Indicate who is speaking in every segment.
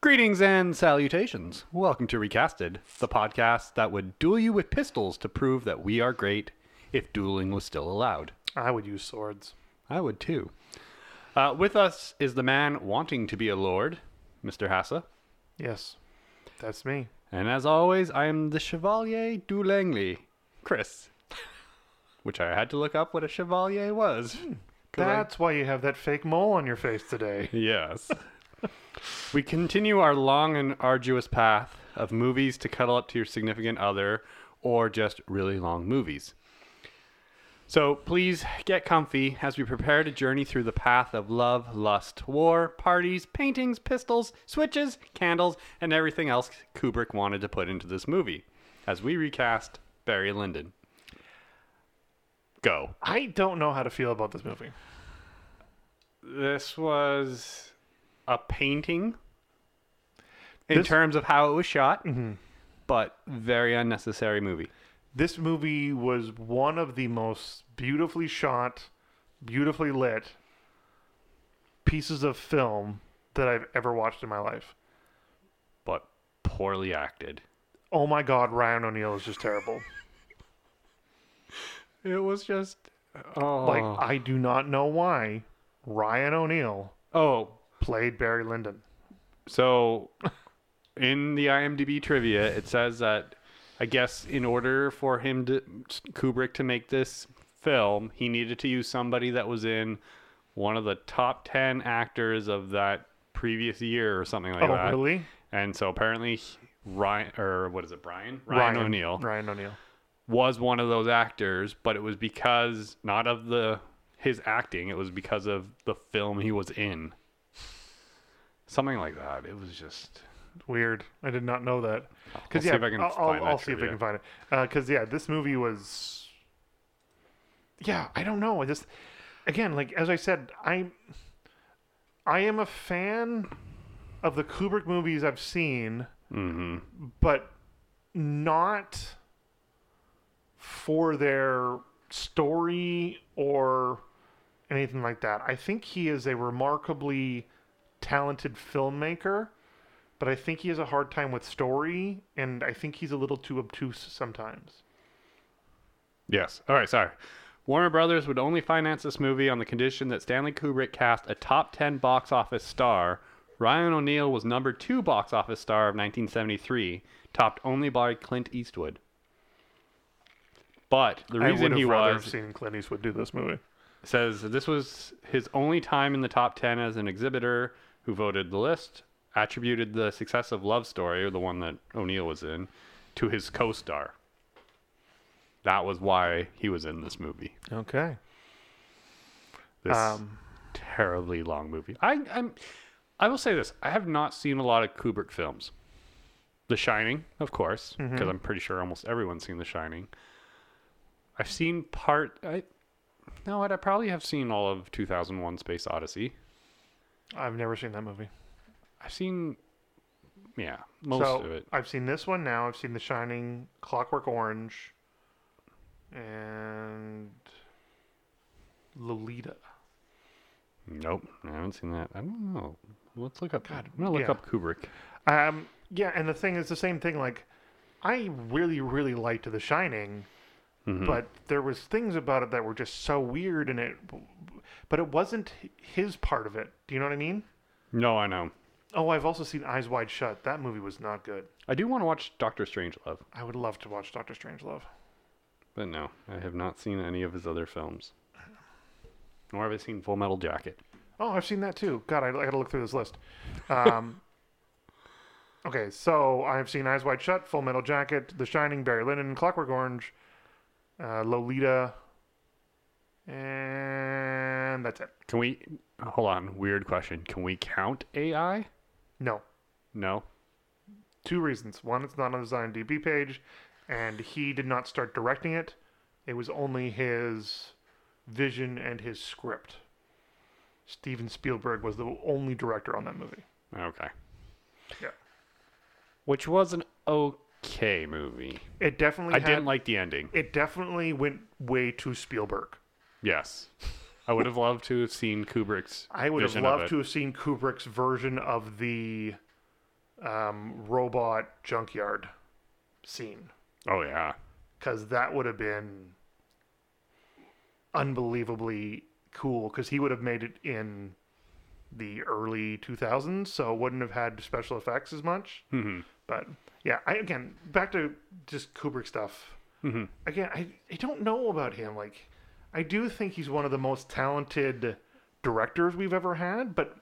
Speaker 1: Greetings and salutations. Welcome to Recasted, the podcast that would duel you with pistols to prove that we are great if dueling was still allowed.
Speaker 2: I would use swords.
Speaker 1: I would too. Uh, with us is the man wanting to be a lord, Mr. Hassa.
Speaker 2: Yes, that's me.
Speaker 1: And as always, I am the Chevalier du Langley, Chris. Which I had to look up what a chevalier was. 'cause I-
Speaker 2: That's why you have that fake mole on your face today.
Speaker 1: Yes. we continue our long and arduous path of movies to cuddle up to your significant other or just really long movies. So please get comfy as we prepare to journey through the path of love, lust, war, parties, paintings, pistols, switches, candles, and everything else Kubrick wanted to put into this movie as we recast Barry Lyndon. Go.
Speaker 2: I don't know how to feel about this movie.
Speaker 1: this was a painting in
Speaker 2: This-
Speaker 1: terms of how it was shot, but very unnecessary movie.
Speaker 2: This movie was one of the most beautifully shot, beautifully lit pieces of film that I've ever watched in my life.
Speaker 1: But poorly acted.
Speaker 2: Oh my god, Ryan O'Neal is just terrible.
Speaker 1: It was just oh
Speaker 2: Like, I do not know why Ryan O'Neal
Speaker 1: oh.
Speaker 2: played Barry Lyndon.
Speaker 1: So in the IMDb trivia, it says that I guess in order for him to Kubrick to make this film, he needed to use somebody that was in one of the top ten actors of that previous year or something like
Speaker 2: Oh,
Speaker 1: that.
Speaker 2: really?
Speaker 1: And so apparently he- Ryan or what is it, Brian? Ryan, O'Neill
Speaker 2: Ryan O'Neal.
Speaker 1: was one of those actors, but it was because not of the his acting, it was because of the film he was in. Something like that. It was just
Speaker 2: Weird. I did not know that.
Speaker 1: I'll
Speaker 2: Because
Speaker 1: see
Speaker 2: yeah,
Speaker 1: if I can
Speaker 2: I'll,
Speaker 1: find
Speaker 2: I'll,
Speaker 1: that
Speaker 2: I'll see if I
Speaker 1: trivia.
Speaker 2: can find it. Because yeah, this movie was. Yeah, I don't know. I just again, like as I said, I'm. I am a fan of the Kubrick movies I've seen,
Speaker 1: Mm-hmm.
Speaker 2: but not for their story or anything like that. I think he is a remarkably talented filmmaker, but I think he has a hard time with story, and I think he's a little too obtuse sometimes.
Speaker 1: Yes. All right, sorry. Warner Brothers would only finance this movie on the condition that Stanley Kubrick cast a top 10 box office star. Ryan O'Neal was number 2 box office star of 1973, topped only by Clint Eastwood. But the
Speaker 2: I would
Speaker 1: reason
Speaker 2: have
Speaker 1: he
Speaker 2: rather
Speaker 1: was
Speaker 2: seen Clint Eastwood do this movie.
Speaker 1: says that this was his only time in the top 10 as an exhibitor who voted the list, attributed the success of Love Story, or the one that O'Neill was in, to his co star. That was why he was in this movie.
Speaker 2: Okay.
Speaker 1: This
Speaker 2: Um,
Speaker 1: terribly long movie. I, I'm, I will say this I have not seen a lot of Kubrick films. The Shining, of course,
Speaker 2: Mm-hmm.
Speaker 1: because I'm pretty sure almost everyone's seen The Shining. I've seen part. I, no, what, I probably have seen all of 2001 Space Odyssey.
Speaker 2: I've never seen that movie.
Speaker 1: I've seen, yeah, most
Speaker 2: so
Speaker 1: of it.
Speaker 2: I've seen this one now. I've seen The Shining, Clockwork Orange, and Lolita.
Speaker 1: Nope, I haven't seen that. I don't know. Let's look up. God, I'm gonna look
Speaker 2: yeah.
Speaker 1: up Kubrick.
Speaker 2: Um, yeah, and the thing is the same thing. Like, I really, really liked The Shining, but there was things about it that were just so weird, and it, but it wasn't his part of it. Do you know what I mean?
Speaker 1: No, I know.
Speaker 2: Oh, I've also seen Eyes Wide Shut. That movie was not good.
Speaker 1: I do want to watch Doctor Strangelove,
Speaker 2: I would love to watch Doctor Strangelove.
Speaker 1: but no, I have not seen any of his other films. Nor have I seen Full Metal Jacket.
Speaker 2: Oh, I've seen that too. God, I, I got to look through this list. Um, okay, so I've seen Eyes Wide Shut, Full Metal Jacket, The Shining, Barry Lyndon, Clockwork Orange, uh, Lolita, and that's it.
Speaker 1: Can we? Hold on. Weird question. Can we count AI?
Speaker 2: No,
Speaker 1: No.
Speaker 2: two reasons. One, it's not on his IMDb page, and he did not start directing it. It was only his vision and his script. Steven Spielberg was the only director on that movie.
Speaker 1: Okay.
Speaker 2: Yeah.
Speaker 1: Which was an okay movie.
Speaker 2: It definitely
Speaker 1: I
Speaker 2: had
Speaker 1: didn't like the ending.
Speaker 2: it definitely went way too Spielberg.
Speaker 1: Yes. I would have loved to have seen Kubrick's.
Speaker 2: I would have
Speaker 1: vision of
Speaker 2: loved
Speaker 1: it.
Speaker 2: to have seen Kubrick's version of the um, robot junkyard scene
Speaker 1: Oh yeah.
Speaker 2: because that would have been unbelievably cool because he would have made it in the early 2000s so wouldn't have had special effects as much
Speaker 1: hmm
Speaker 2: but yeah i again back to just kubrick stuff
Speaker 1: Mhm.
Speaker 2: again I, I don't know about him like i do think he's one of the most talented directors we've ever had but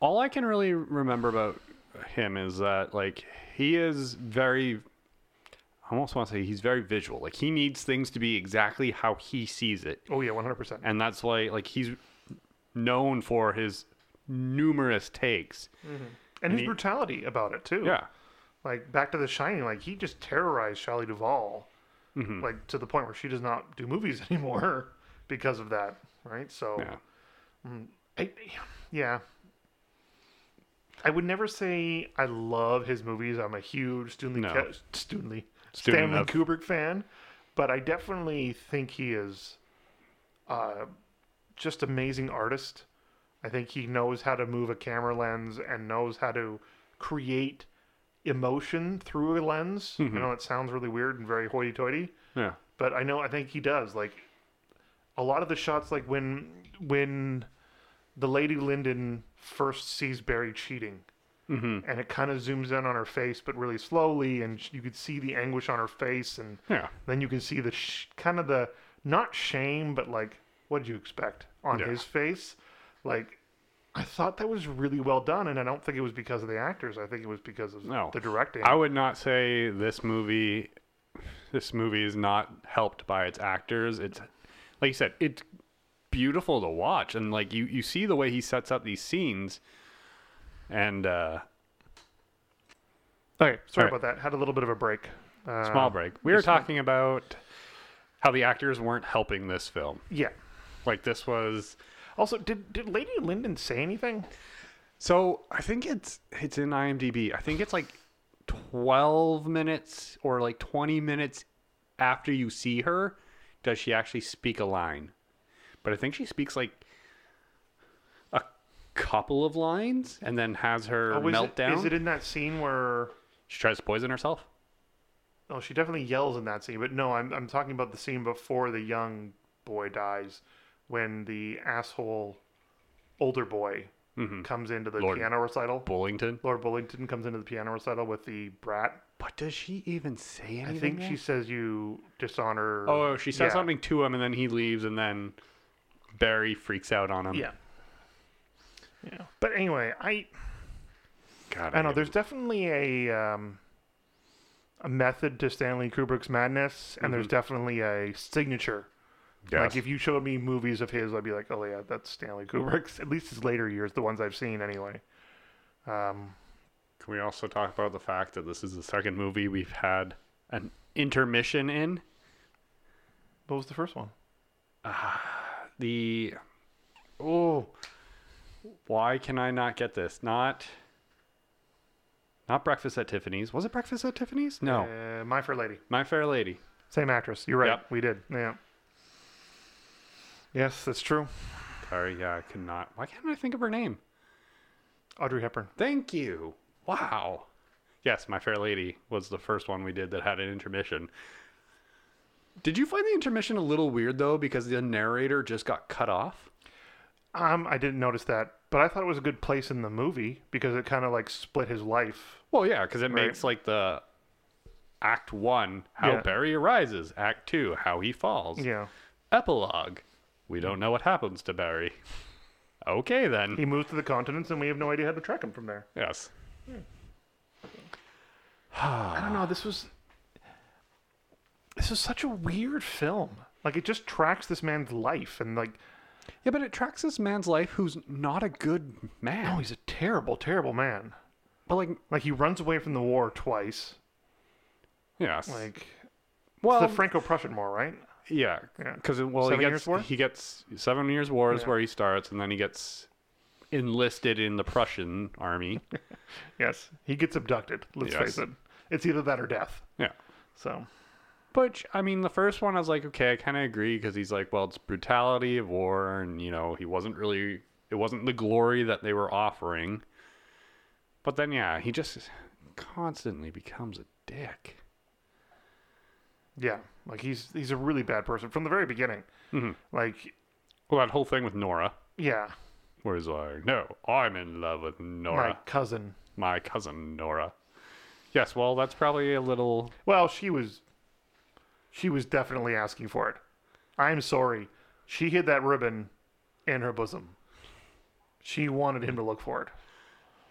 Speaker 1: All I can really remember about him is that like he is very I almost want to say he's very visual. Like he needs things to be exactly how he sees it.
Speaker 2: oh yeah 100%
Speaker 1: And that's why like he's known for his numerous takes.
Speaker 2: and his
Speaker 1: he-
Speaker 2: brutality about it too
Speaker 1: Yeah.
Speaker 2: like back to the shining like he just terrorized Shelley Duvall like to the point where she does not do movies anymore because of that right so
Speaker 1: Yeah.
Speaker 2: I, yeah I would never say I love his movies I'm a huge Stanley
Speaker 1: No.
Speaker 2: Ka- Stanley
Speaker 1: Student
Speaker 2: Stanley
Speaker 1: of-
Speaker 2: Kubrick fan but I definitely think he is uh just amazing artist I think he knows how to move a camera lens and knows how to create emotion through a lens. I know it sounds really weird and very hoity-toity,
Speaker 1: Yeah.
Speaker 2: but I know I think he does. Like a lot of the shots, like when when the lady Lyndon first sees Barry cheating,
Speaker 1: Mhm.
Speaker 2: and it kind of zooms in on her face, but really slowly, and sh- you could see the anguish on her face, and
Speaker 1: Yeah.
Speaker 2: then you can see the sh- kind of the not shame but like what did you expect on
Speaker 1: Yeah.
Speaker 2: his face like i thought that was really well done and i don't think it was because of the actors i think it was because of
Speaker 1: No.
Speaker 2: the directing
Speaker 1: I would not say this movie this movie is not helped by its actors. It's like you said, it's beautiful to watch and like you you see the way he sets up these scenes and uh
Speaker 2: okay sorry
Speaker 1: Alright.
Speaker 2: about that had a little bit of a break uh,
Speaker 1: small break. We were talking about how the actors weren't helping this film.
Speaker 2: yeah
Speaker 1: Like this was
Speaker 2: also did did lady lyndon say anything
Speaker 1: So I think it's it's in IMDb. I think it's like twelve minutes or like twenty minutes after you see her, does she actually speak a line? But I think she speaks like a couple of lines and then has her
Speaker 2: Oh, is it-
Speaker 1: meltdown.
Speaker 2: is it in that scene where
Speaker 1: she tries to poison herself.
Speaker 2: oh she definitely yells in that scene but no i'm, I'm talking about the scene before the young boy dies when the asshole older boy
Speaker 1: Mhm.
Speaker 2: comes into the
Speaker 1: Lord.
Speaker 2: piano recital
Speaker 1: Bullington.
Speaker 2: Laura Bullington comes into the piano recital with the brat.
Speaker 1: But does she even say
Speaker 2: I
Speaker 1: anything?
Speaker 2: think
Speaker 1: there?
Speaker 2: she says you dishonor.
Speaker 1: Oh, she says
Speaker 2: Yeah.
Speaker 1: something to him and then he leaves and then Barry freaks out on him.
Speaker 2: Yeah. Yeah. But anyway, I
Speaker 1: God,
Speaker 2: I know
Speaker 1: hate
Speaker 2: there's definitely a um, a method to Stanley Kubrick's madness, and there's definitely a signature.
Speaker 1: Mm-hmm. Yes.
Speaker 2: Like if you showed me movies of his, I'd be like, oh yeah, that's Stanley Kubrick's. At least his later years, the ones I've seen anyway. Um,
Speaker 1: Can we also talk about the fact that this is the second movie we've had an intermission in?
Speaker 2: what was the first one?
Speaker 1: The oh, why can I not get this? Not not Breakfast at Tiffany's. Was it Breakfast at Tiffany's? No,
Speaker 2: Uh, My Fair Lady.
Speaker 1: My Fair Lady.
Speaker 2: Same actress. You're right.
Speaker 1: Yep.
Speaker 2: We did. Yeah. Yes, that's true.
Speaker 1: Sorry, yeah, I cannot. Why can't I think of her name?
Speaker 2: Audrey Hepburn.
Speaker 1: Thank you. Wow. Yes, My Fair Lady was the first one we did that had an intermission. Did you find the intermission a little weird though, because the narrator just got cut off?
Speaker 2: Um, I didn't notice that, but I thought it was a good place in the movie because it kind of like split his life.
Speaker 1: Well, yeah, because it makes like the Act One how
Speaker 2: Yeah.
Speaker 1: Barry arises, Act Two how he falls,
Speaker 2: Yeah,
Speaker 1: epilogue we don't know what happens to Barry. Okay then.
Speaker 2: he moved to the continents, and we have no idea how to track him from there.
Speaker 1: Yes.
Speaker 2: I don't know. This was this is such a weird film. Like it just tracks this man's life, and like
Speaker 1: Yeah, but it tracks this man's life, who's not a good
Speaker 2: oh,
Speaker 1: man.
Speaker 2: he's a terrible, terrible man.
Speaker 1: but like,
Speaker 2: Like he runs away from the war twice.
Speaker 1: yes.
Speaker 2: Like
Speaker 1: well,
Speaker 2: the Franco-Prussian War, right?
Speaker 1: yeah,
Speaker 2: Yeah.
Speaker 1: because well,
Speaker 2: Seven
Speaker 1: he
Speaker 2: Years'
Speaker 1: gets
Speaker 2: War?
Speaker 1: he gets seven years war is
Speaker 2: Yeah.
Speaker 1: where he starts, and then he gets enlisted in the Prussian army.
Speaker 2: Yes, he gets abducted. Let's
Speaker 1: Yes.
Speaker 2: face it, it's either that or death.
Speaker 1: yeah.
Speaker 2: So
Speaker 1: But I mean, the first one, I was like, okay, I kind of agree because he's like, well, it's brutality of war, and you know, he wasn't really, it wasn't the glory that they were offering. But then, yeah, he just constantly becomes a dick.
Speaker 2: Yeah, like he's he's a really bad person from the very beginning.
Speaker 1: Mhm.
Speaker 2: Like,
Speaker 1: Well, that whole thing with Nora,
Speaker 2: yeah,
Speaker 1: where he's like, "No, I'm in love with Nora,
Speaker 2: my cousin.
Speaker 1: my cousin Nora." Yes, well, that's probably a little.
Speaker 2: Well, she was she was definitely asking for it. I'm sorry. She hid that ribbon in her bosom. She wanted him to look for it.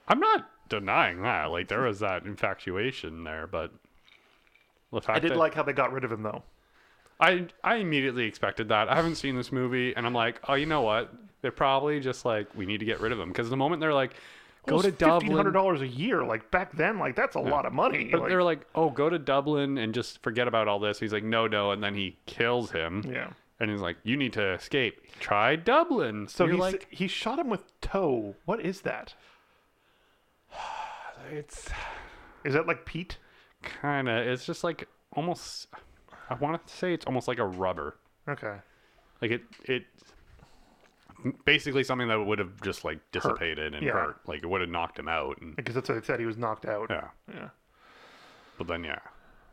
Speaker 1: I'm not denying that. Like there was that infatuation there, but the fact
Speaker 2: I did
Speaker 1: that
Speaker 2: like how they got rid of him though.
Speaker 1: I I immediately expected that. I haven't seen this movie, and I'm like, oh, you know what? They're probably just like, we need to get rid of him because the moment they're like, go to
Speaker 2: hundred
Speaker 1: Dublin,
Speaker 2: dollars a year. Like back then, like that's a lot of money.
Speaker 1: but
Speaker 2: like-
Speaker 1: they're like, oh, go to Dublin and just forget about all this. He's like, no, no, and then he kills him,
Speaker 2: yeah.
Speaker 1: and he's like, you need to escape. Try Dublin.
Speaker 2: So
Speaker 1: So
Speaker 2: he
Speaker 1: you're
Speaker 2: like
Speaker 1: like,
Speaker 2: he shot him with toe. What is that?
Speaker 1: it's
Speaker 2: Is that like Pete?
Speaker 1: kind of, it's just like almost. I want to say it's almost like a rubber.
Speaker 2: Okay.
Speaker 1: like it it basically something that would have just like dissipated and
Speaker 2: Yeah.
Speaker 1: hurt like it would have knocked him out and
Speaker 2: Because that's what it said. He was knocked out.
Speaker 1: yeah
Speaker 2: Yeah.
Speaker 1: but then yeah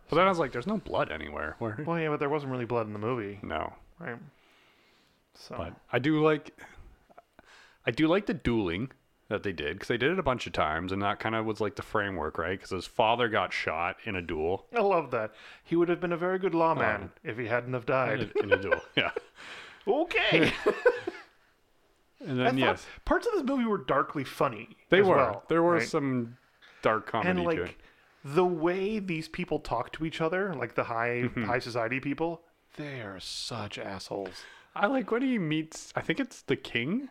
Speaker 1: but then i was like there's no blood anywhere where
Speaker 2: Well, yeah, but there wasn't really blood in the movie,
Speaker 1: no
Speaker 2: right? So
Speaker 1: but i do like i do like the dueling that they did because they did it a bunch of times and that kind of was like the framework right because his father got shot in a duel
Speaker 2: I love that. He would have been a very good lawman
Speaker 1: Um,
Speaker 2: if he hadn't have died.
Speaker 1: in a duel yeah
Speaker 2: Okay.
Speaker 1: and then
Speaker 2: I thought
Speaker 1: yes
Speaker 2: Parts of this movie were darkly funny.
Speaker 1: they
Speaker 2: as
Speaker 1: were
Speaker 2: well,
Speaker 1: there were
Speaker 2: right?
Speaker 1: some dark comedy
Speaker 2: and
Speaker 1: to it
Speaker 2: like the way these people talk to each other, like the high
Speaker 1: Mm-hmm.
Speaker 2: high society people, they are such assholes.
Speaker 1: I like when he meets, I think it's the king,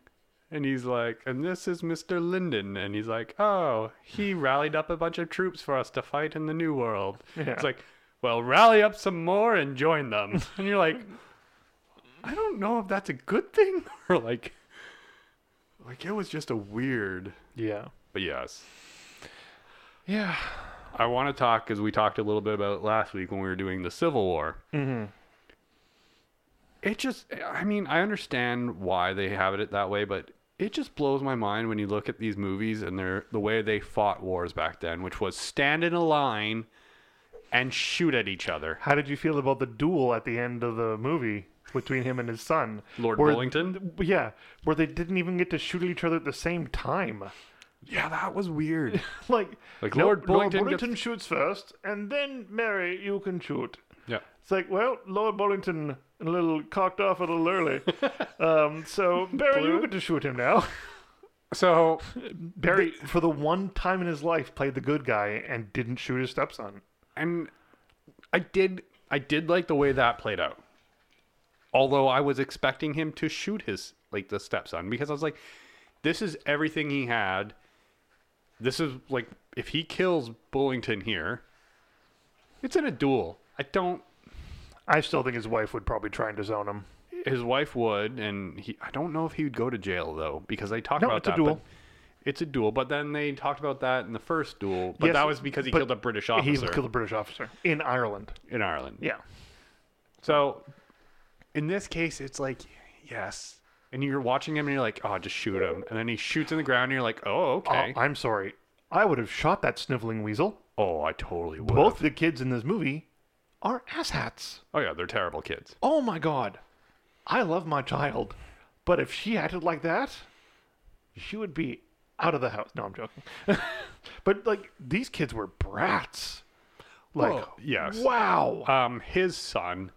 Speaker 1: and he's like, and this is Mr. Linden. And he's like, oh, he rallied up a bunch of troops for us to fight in the New World.
Speaker 2: Yeah.
Speaker 1: It's like, well, rally up some more and join them. and you're like, I don't know if that's a good thing or like, like it was just a weird.
Speaker 2: Yeah.
Speaker 1: But yes,
Speaker 2: Yeah.
Speaker 1: I want to talk because we talked a little bit about it last week when we were doing the Civil War.
Speaker 2: Mm-hmm.
Speaker 1: it just i mean i understand why they have it that way but it just blows my mind when you look at these movies and they're the way they fought wars back then which was stand in a line and shoot at each other
Speaker 2: How did you feel about the duel at the end of the movie between him and his son,
Speaker 1: lord
Speaker 2: where-
Speaker 1: bullington
Speaker 2: Yeah, where they didn't even get to shoot at each other at the same time.
Speaker 1: yeah that was weird
Speaker 2: like,
Speaker 1: Like,
Speaker 2: no,
Speaker 1: Lord Bullington gets-
Speaker 2: Bullington shoots first, and then Mary, you can shoot.
Speaker 1: yeah
Speaker 2: It's like, well, Lord Bullington a little cocked off a little early, um, so Barry, you get to shoot him now.
Speaker 1: so
Speaker 2: Barry, for the one time in his life, played the good guy and didn't shoot his stepson.
Speaker 1: and i did i did like the way that played out although i was expecting him to shoot his like the stepson because i was like this is everything he had this is like if he kills bullington here it's in a duel i don't
Speaker 2: I still think his wife would probably try and disown him.
Speaker 1: his wife would and he i don't know if he would go to jail though because they talked
Speaker 2: No,
Speaker 1: about
Speaker 2: it's a
Speaker 1: that
Speaker 2: duel.
Speaker 1: but it's a duel but then they talked about that in the first duel but
Speaker 2: Yes,
Speaker 1: that was because he
Speaker 2: but
Speaker 1: killed a british
Speaker 2: He
Speaker 1: officer
Speaker 2: killed a British officer in Ireland.
Speaker 1: in ireland
Speaker 2: Yeah.
Speaker 1: So in this case, it's like, yes. And you're watching him and you're like, oh, just shoot him. And then he shoots in the ground and you're like, oh, okay.
Speaker 2: Oh, I'm sorry. I would have shot that sniveling weasel.
Speaker 1: oh, I totally would.
Speaker 2: Both the kids in this movie are asshats.
Speaker 1: Oh, yeah, they're terrible kids.
Speaker 2: Oh my god. I love my child, but if she acted like that, she would be out of the house. No, I'm joking. but like these kids were brats. Like
Speaker 1: Well, yes.
Speaker 2: Wow.
Speaker 1: Um, his son,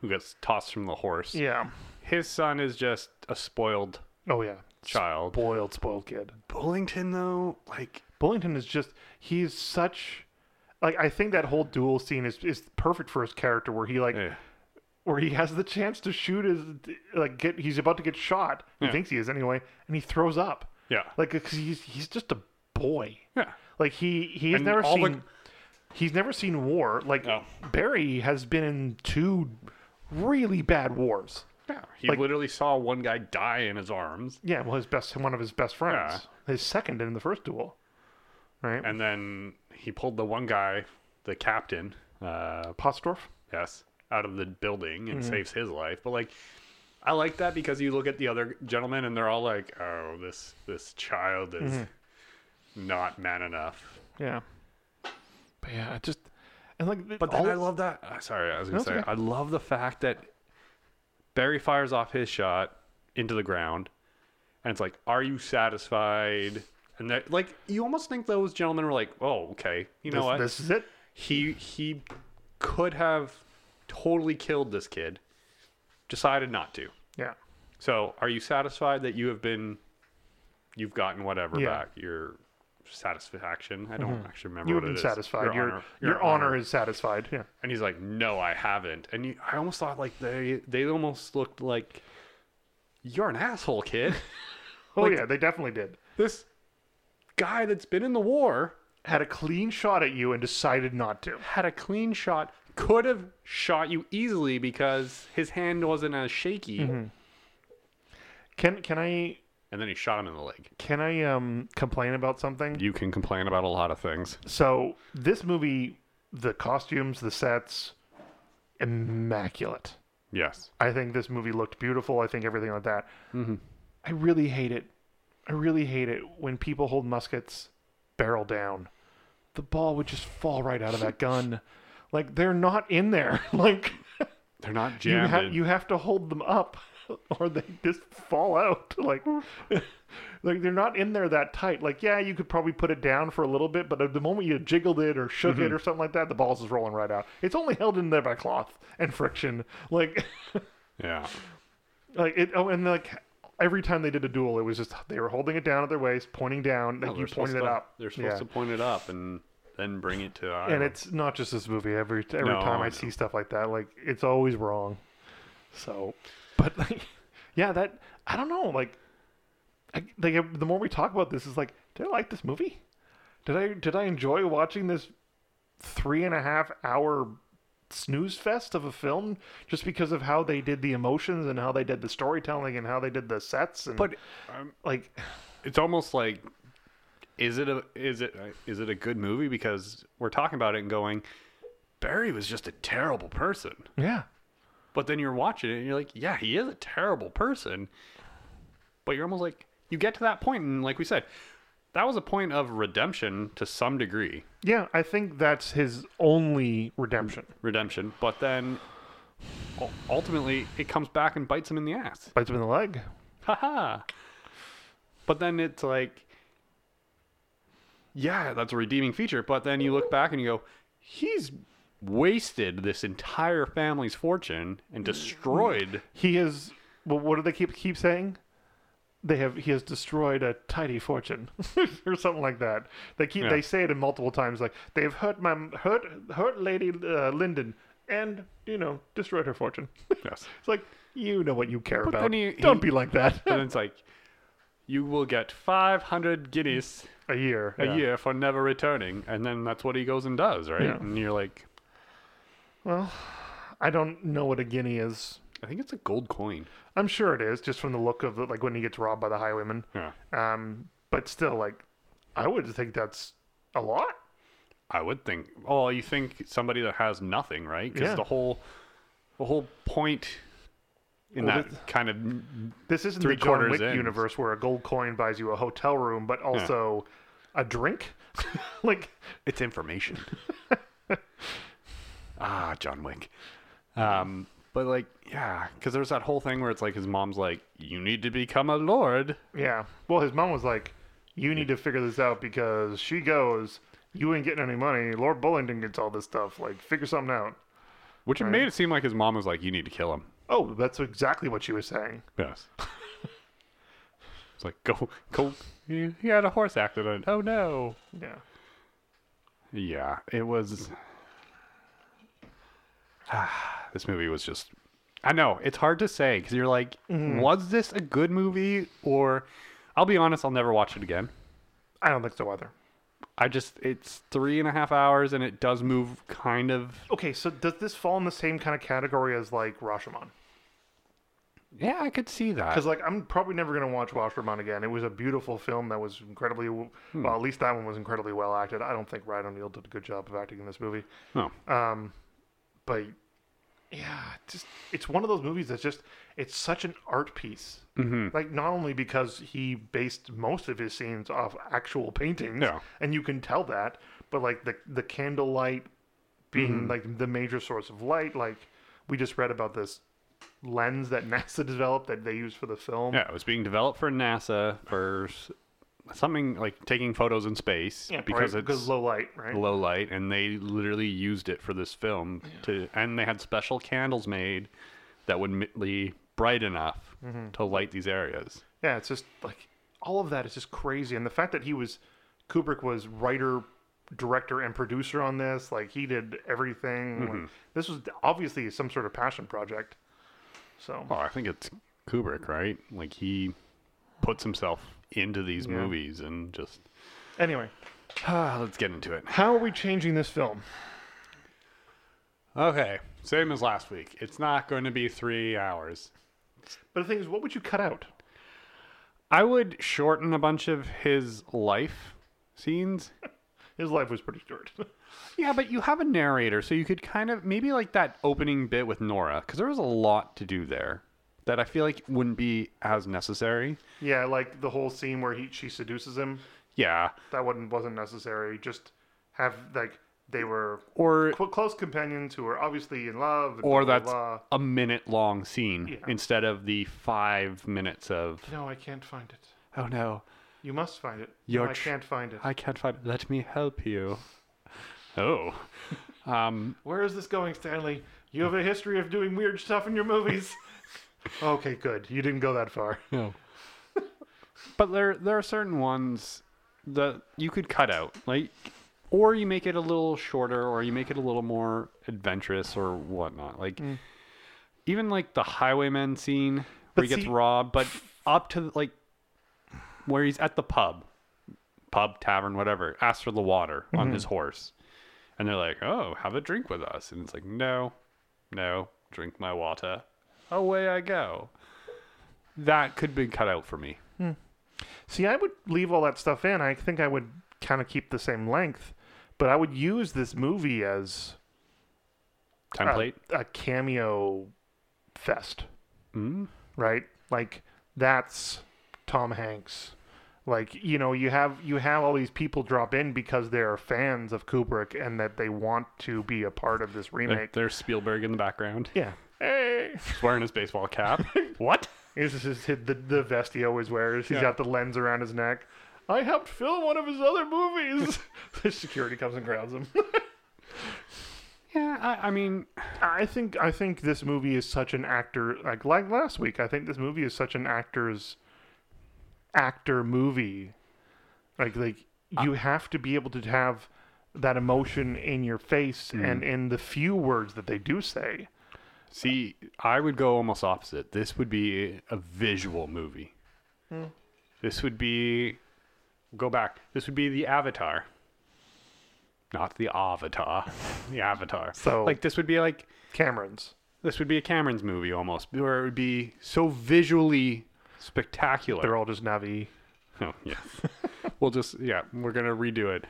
Speaker 1: who gets tossed from the horse,
Speaker 2: yeah.
Speaker 1: his son is just a spoiled
Speaker 2: Oh yeah.
Speaker 1: child.
Speaker 2: Spoiled, spoiled kid.
Speaker 1: Bullington, though, like,
Speaker 2: Bullington is just he's such like I think that whole duel scene is is perfect for his character where he like
Speaker 1: eh.
Speaker 2: where he has the chance to shoot his like get he's about to get shot. He
Speaker 1: Yeah.
Speaker 2: thinks he is anyway, and he throws up
Speaker 1: yeah.
Speaker 2: like because he's he's just a boy.
Speaker 1: yeah.
Speaker 2: Like he he's
Speaker 1: And
Speaker 2: never
Speaker 1: all the-
Speaker 2: seen he's never seen war. Like
Speaker 1: No.
Speaker 2: Barry has been in two really bad wars.
Speaker 1: Yeah. He
Speaker 2: Like-
Speaker 1: literally saw one guy die in his arms.
Speaker 2: Yeah, well, his best one of his best friends, his second in the first duel, right?
Speaker 1: And then he pulled the one guy, the captain, uh,
Speaker 2: Postorf.
Speaker 1: yes, out of the building and saves his life. But like, I like that because you look at the other gentlemen and they're all like, "Oh, this this child is not man enough."
Speaker 2: Yeah. But yeah, I just and like
Speaker 1: But then
Speaker 2: all-
Speaker 1: I love that. uh, Sorry, I was gonna
Speaker 2: No, it's
Speaker 1: say
Speaker 2: okay.
Speaker 1: I love the fact that Barry fires off his shot into the ground, and it's like, "Are you satisfied?" And that, like, you almost think those gentlemen were like, "Oh, okay, you know
Speaker 2: this,
Speaker 1: what?
Speaker 2: this is it.
Speaker 1: He he could have totally killed this kid, decided not to.
Speaker 2: Yeah.
Speaker 1: So, are you satisfied that you have been, you've gotten whatever
Speaker 2: Yeah.
Speaker 1: back your satisfaction? I don't actually remember
Speaker 2: You've
Speaker 1: what it
Speaker 2: been
Speaker 1: is.
Speaker 2: satisfied. Your your honor, is satisfied. Yeah.
Speaker 1: and he's like, "No, I haven't." And you, I almost thought like they they almost looked like you're an asshole, kid.
Speaker 2: Oh
Speaker 1: Like-
Speaker 2: yeah, they definitely did.
Speaker 1: this guy that's been in the war
Speaker 2: Had a clean shot at you and decided not to.
Speaker 1: had a clean shot, could have shot you easily because his hand wasn't as shaky,
Speaker 2: Mm-hmm. Can can I
Speaker 1: and then he shot him in the leg.
Speaker 2: can I um complain about something?
Speaker 1: You can complain about a lot of things.
Speaker 2: So this movie, the costumes, the sets, immaculate.
Speaker 1: Yes.
Speaker 2: I think this movie looked beautiful. I think everything like that. I really hate it. I really hate it when people hold muskets barrel down. The ball would just fall right out of that gun. Like they're not in there. Like
Speaker 1: They're not
Speaker 2: you
Speaker 1: jammed.
Speaker 2: have
Speaker 1: in.
Speaker 2: you have to hold them up or they just fall out. Like like they're not in there that tight. Like yeah, you could probably put it down for a little bit, but at the moment you jiggled it or shook
Speaker 1: Mm-hmm.
Speaker 2: it or something like that, the ball's just rolling right out. It's only held in there by cloth and friction. Like
Speaker 1: yeah.
Speaker 2: like it oh and like every time they did a duel it was just they were holding it down at their waist pointing down like
Speaker 1: Well,
Speaker 2: you
Speaker 1: Oh, they're supposed
Speaker 2: pointed it
Speaker 1: to-
Speaker 2: up
Speaker 1: They're supposed to point it up and then bring it to.
Speaker 2: and it's not just this movie every every
Speaker 1: No,
Speaker 2: time i
Speaker 1: no.
Speaker 2: see stuff like that like it's always wrong so but like yeah that i don't know like I, like the more we talk about this is like did i like this movie did i did i enjoy watching this three and a half hour snooze fest of a film just because of how they did the emotions and how they did the storytelling and how they did the sets and
Speaker 1: But um,
Speaker 2: like
Speaker 1: it's almost like is it a is it is it a good movie because we're talking about it and going Barry was just a terrible person.
Speaker 2: yeah
Speaker 1: But then you're watching it and you're like, yeah, he is a terrible person. But you're almost like you get to that point and like we said, that was a point of redemption to some degree.
Speaker 2: yeah i think that's his only redemption
Speaker 1: Redemption, but then u- ultimately it comes back and bites him in the ass.
Speaker 2: bites him in the leg
Speaker 1: haha. But then it's like, yeah, that's a redeeming feature. But then you look back and you go, he's wasted this entire family's fortune and destroyed.
Speaker 2: he has well, what do they keep keep saying they have he has destroyed a tidy fortune or something like that they keep
Speaker 1: Yeah.
Speaker 2: they say it in multiple times like they've hurt my hurt hurt lady uh, linden and you know destroyed her fortune
Speaker 1: Yes.
Speaker 2: it's like you know what you care about
Speaker 1: then he-
Speaker 2: don't
Speaker 1: he-
Speaker 2: be like that
Speaker 1: And it's like, you will get 500 guineas
Speaker 2: a year
Speaker 1: a
Speaker 2: yeah.
Speaker 1: year for never returning. And then that's what he goes and does, right?
Speaker 2: Yeah.
Speaker 1: And you're like,
Speaker 2: well i don't know what a guinea is
Speaker 1: I think it's a gold coin.
Speaker 2: i'm sure it is just from the look of it like when he gets robbed by the highwayman
Speaker 1: Yeah.
Speaker 2: um but still like i would think that's a lot
Speaker 1: I would think. Well, you think somebody that has nothing, right? Because
Speaker 2: Yeah.
Speaker 1: the whole, the whole point in
Speaker 2: Well,
Speaker 1: that kind of
Speaker 2: This isn't
Speaker 1: Three
Speaker 2: the John
Speaker 1: quarters
Speaker 2: Wick
Speaker 1: in.
Speaker 2: universe where a gold coin buys you a hotel room, but also a drink. like,
Speaker 1: it's information. ah, John Wick. Um, but like, yeah, because there's that whole thing where it's like his mom's like, "You need to become a lord."
Speaker 2: yeah. Well, his mom was like, "You need to figure this out because she goes, you ain't getting any money. Lord Bullingdon gets all this stuff. Like, figure something out."
Speaker 1: Which it made it seem like his mom was like, "You need to kill him."
Speaker 2: Oh, that's exactly what she was saying.
Speaker 1: Yes. it's like go go. He he had a horse accident. Oh no.
Speaker 2: Yeah.
Speaker 1: Yeah, it was. this movie was just. I know it's hard to say because you're like, was this a good movie or? I'll be honest, I'll never watch it again.
Speaker 2: I don't think so either.
Speaker 1: I just it's three and a half hours and it does move kind of.
Speaker 2: Okay, so does this fall in the same kind of category as like Rashomon?
Speaker 1: Yeah, I could see that.
Speaker 2: Because like I'm probably never gonna watch Washerman again. It was a beautiful film that was incredibly
Speaker 1: Hmm.
Speaker 2: well. At least that one was incredibly well
Speaker 1: Oh.
Speaker 2: acted. I don't think Ryan O'Neal did a good job of acting in this movie.
Speaker 1: No,
Speaker 2: Um, but yeah, just it's one of those movies that's just it's such an art piece. Mm-hmm. Like not only because he based most of his scenes off actual paintings,
Speaker 1: Yeah.
Speaker 2: and you can tell that, but like the the candlelight being
Speaker 1: Mm-hmm.
Speaker 2: like the major source of light. Like we just read about this lens that NASA developed that they use for the film.
Speaker 1: Yeah, it was being developed for NASA for s- something like taking photos in space
Speaker 2: Yeah,
Speaker 1: because
Speaker 2: right,
Speaker 1: it's
Speaker 2: because low light, right?
Speaker 1: low light, and they literally used it for this film to, and they had special candles made that would mi- be bright enough
Speaker 2: Mm-hmm.
Speaker 1: to light these areas.
Speaker 2: Yeah, it's just like all of that is just crazy, and the fact that he was Kubrick was writer, director, and producer on this, like he did everything.
Speaker 1: Mm-hmm.
Speaker 2: Like, this was obviously some sort of passion project. So
Speaker 1: Well, Oh, I think it's Kubrick, right? Like he puts himself into these
Speaker 2: Yeah.
Speaker 1: movies and just
Speaker 2: anyway,
Speaker 1: let's get into it.
Speaker 2: how are we changing this film?
Speaker 1: Okay, same as last week. It's not going to be three hours.
Speaker 2: But the thing is, what would you cut out?
Speaker 1: I would shorten a bunch of his life scenes.
Speaker 2: His life was pretty short.
Speaker 1: Yeah, but you have a narrator, so you could kind of maybe like that opening bit with Nora, because there was a lot to do there that I feel like wouldn't be as necessary.
Speaker 2: yeah, like the whole scene where he she seduces him.
Speaker 1: Yeah,
Speaker 2: That wasn't wasn't necessary. Just have like they were
Speaker 1: or
Speaker 2: cl- close companions who were obviously in love. and
Speaker 1: or
Speaker 2: blah,
Speaker 1: that's
Speaker 2: blah,
Speaker 1: a minute long scene
Speaker 2: Yeah.
Speaker 1: instead of the five minutes of
Speaker 2: blah. No, I can't find it.
Speaker 1: oh no,
Speaker 2: You must find it.
Speaker 1: Your
Speaker 2: no, I
Speaker 1: tr-
Speaker 2: can't find it.
Speaker 1: I can't find. Let me help you. Oh, um,
Speaker 2: Where is this going, Stanley? You have a history of doing weird stuff in your movies. okay, good. You didn't go that far.
Speaker 1: No. but there there are certain ones that you could cut out, like or you make it a little shorter or you make it a little more adventurous or whatnot. Like
Speaker 2: Mm.
Speaker 1: even like the highwayman scene where
Speaker 2: But
Speaker 1: he gets
Speaker 2: see-
Speaker 1: robbed, but up to like where he's at the pub. Pub, tavern, whatever, asks for the water
Speaker 2: Mm-hmm.
Speaker 1: on his horse. And they're like, Oh, have a drink with us and it's like, No, no, drink my water. Away I go that could be cut out for me.
Speaker 2: See, I would leave all that stuff in. I think I would kind of keep the same length, but I would use this movie as a-
Speaker 1: Template.
Speaker 2: a cameo fest.
Speaker 1: mm?
Speaker 2: right? Like that's Tom Hanks. Like you know, you have you have all these people drop in because they're fans of Kubrick and that they want to be a part of this
Speaker 1: There,
Speaker 2: remake.
Speaker 1: there's Spielberg in the background.
Speaker 2: Yeah. Hey,
Speaker 1: He's wearing his baseball cap. what?
Speaker 2: this is his, the the vest he always wears. He's
Speaker 1: Yeah.
Speaker 2: got the lens around his neck. I helped film one of his other movies. the security comes and grabs him.
Speaker 1: Yeah, I, I mean,
Speaker 2: I think I think this movie is such an actor like like last week. I think this movie is such an actor's actor movie. Like like you have to be able to have that emotion in your face and in the few words that they do say.
Speaker 1: see, I would go almost opposite. This would be a visual movie. This would be, go back. This would be the Avatar. Not the Avatar. the Avatar.
Speaker 2: So-
Speaker 1: like, this would be like,
Speaker 2: Cameron's.
Speaker 1: this would be a Cameron's movie almost, where it would be so visually spectacular.
Speaker 2: They're all just Navi.
Speaker 1: Oh yes. we'll just yeah, we're gonna redo it.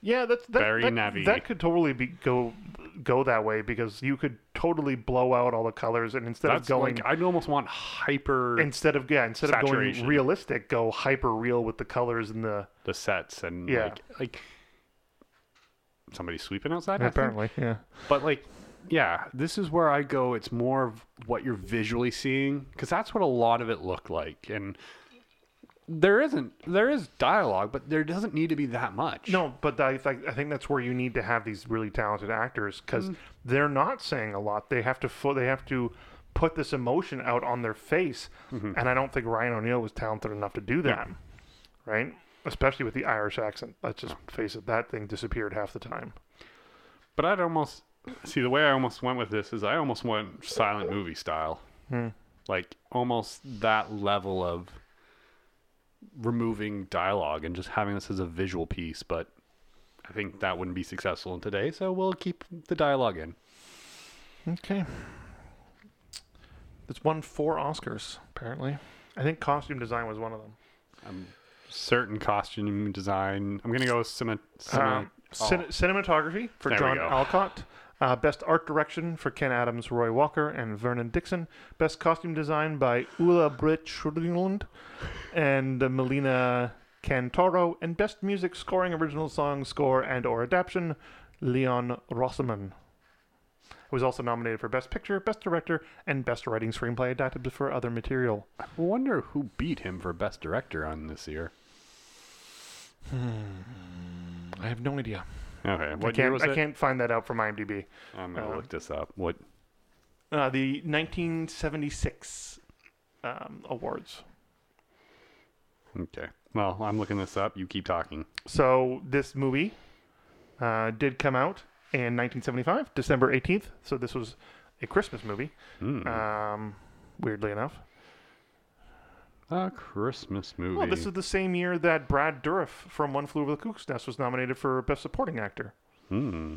Speaker 2: Yeah, that's that,
Speaker 1: Very
Speaker 2: that,
Speaker 1: Navi.
Speaker 2: That could totally be go go that way because you could totally blow out all the colors and instead
Speaker 1: That's
Speaker 2: of going
Speaker 1: like I'd almost want hyper
Speaker 2: instead of yeah, instead of
Speaker 1: Saturation.
Speaker 2: going realistic, go hyper real with the colors and the
Speaker 1: the sets and
Speaker 2: Yeah.
Speaker 1: like like somebody sweeping outside. I think.
Speaker 2: yeah.
Speaker 1: But like yeah, this is where I go. It's more of what you're visually seeing because that's what a lot of it looked like, and there isn't there is dialogue, but there doesn't need to be that much.
Speaker 2: No, but I, I think that's where you need to have these really talented actors because they're not saying a lot. They have to fo- they have to put this emotion out on their face, and I don't think Ryan O'Neal was talented enough to do that, right? Especially with the Irish accent. Let's just face it, that thing disappeared half the time.
Speaker 1: But I'd almost see the way I almost went with this is I almost went silent movie style, like almost that level of removing dialogue and just having this as a visual piece. But I think that wouldn't be successful in today, so we'll keep the dialogue in.
Speaker 2: Okay. It's won four Oscars apparently. I think costume design was one of them.
Speaker 1: Certain costume design. I'm gonna go with cinema.
Speaker 2: Um, cin- cinematography for
Speaker 1: Um, oh. There we
Speaker 2: John
Speaker 1: go.
Speaker 2: Alcott. Uh, best art direction for Ken Adams, Roy Walker, and Vernon Dixon. Best costume design by Ulla Britt Schrödlund and uh, Melina Cantoro. And best music scoring, original song score, and or adaptation, Leon Rossaman. Was also nominated for Best Picture, Best Director, and Best Writing Screenplay adapted for other material.
Speaker 1: I wonder who beat him for best director on this year.
Speaker 2: I have no idea.
Speaker 1: Okay,
Speaker 2: I
Speaker 1: what year
Speaker 2: can't,
Speaker 1: was
Speaker 2: I
Speaker 1: it?
Speaker 2: can't find that out from IMDb.
Speaker 1: I'm gonna
Speaker 2: uh,
Speaker 1: look this up. What?
Speaker 2: Uh, the 1976 um, awards.
Speaker 1: Okay. Well, I'm looking this up. You keep talking.
Speaker 2: So this movie uh, did come out in 1975, December 18th. So this was a Christmas movie.
Speaker 1: Hmm.
Speaker 2: Um, weirdly enough,
Speaker 1: a Christmas movie.
Speaker 2: well, this is the same year that Brad Dourif from One Flew Over the Cuckoo's Nest was nominated for Best Supporting Actor.
Speaker 1: Hmm.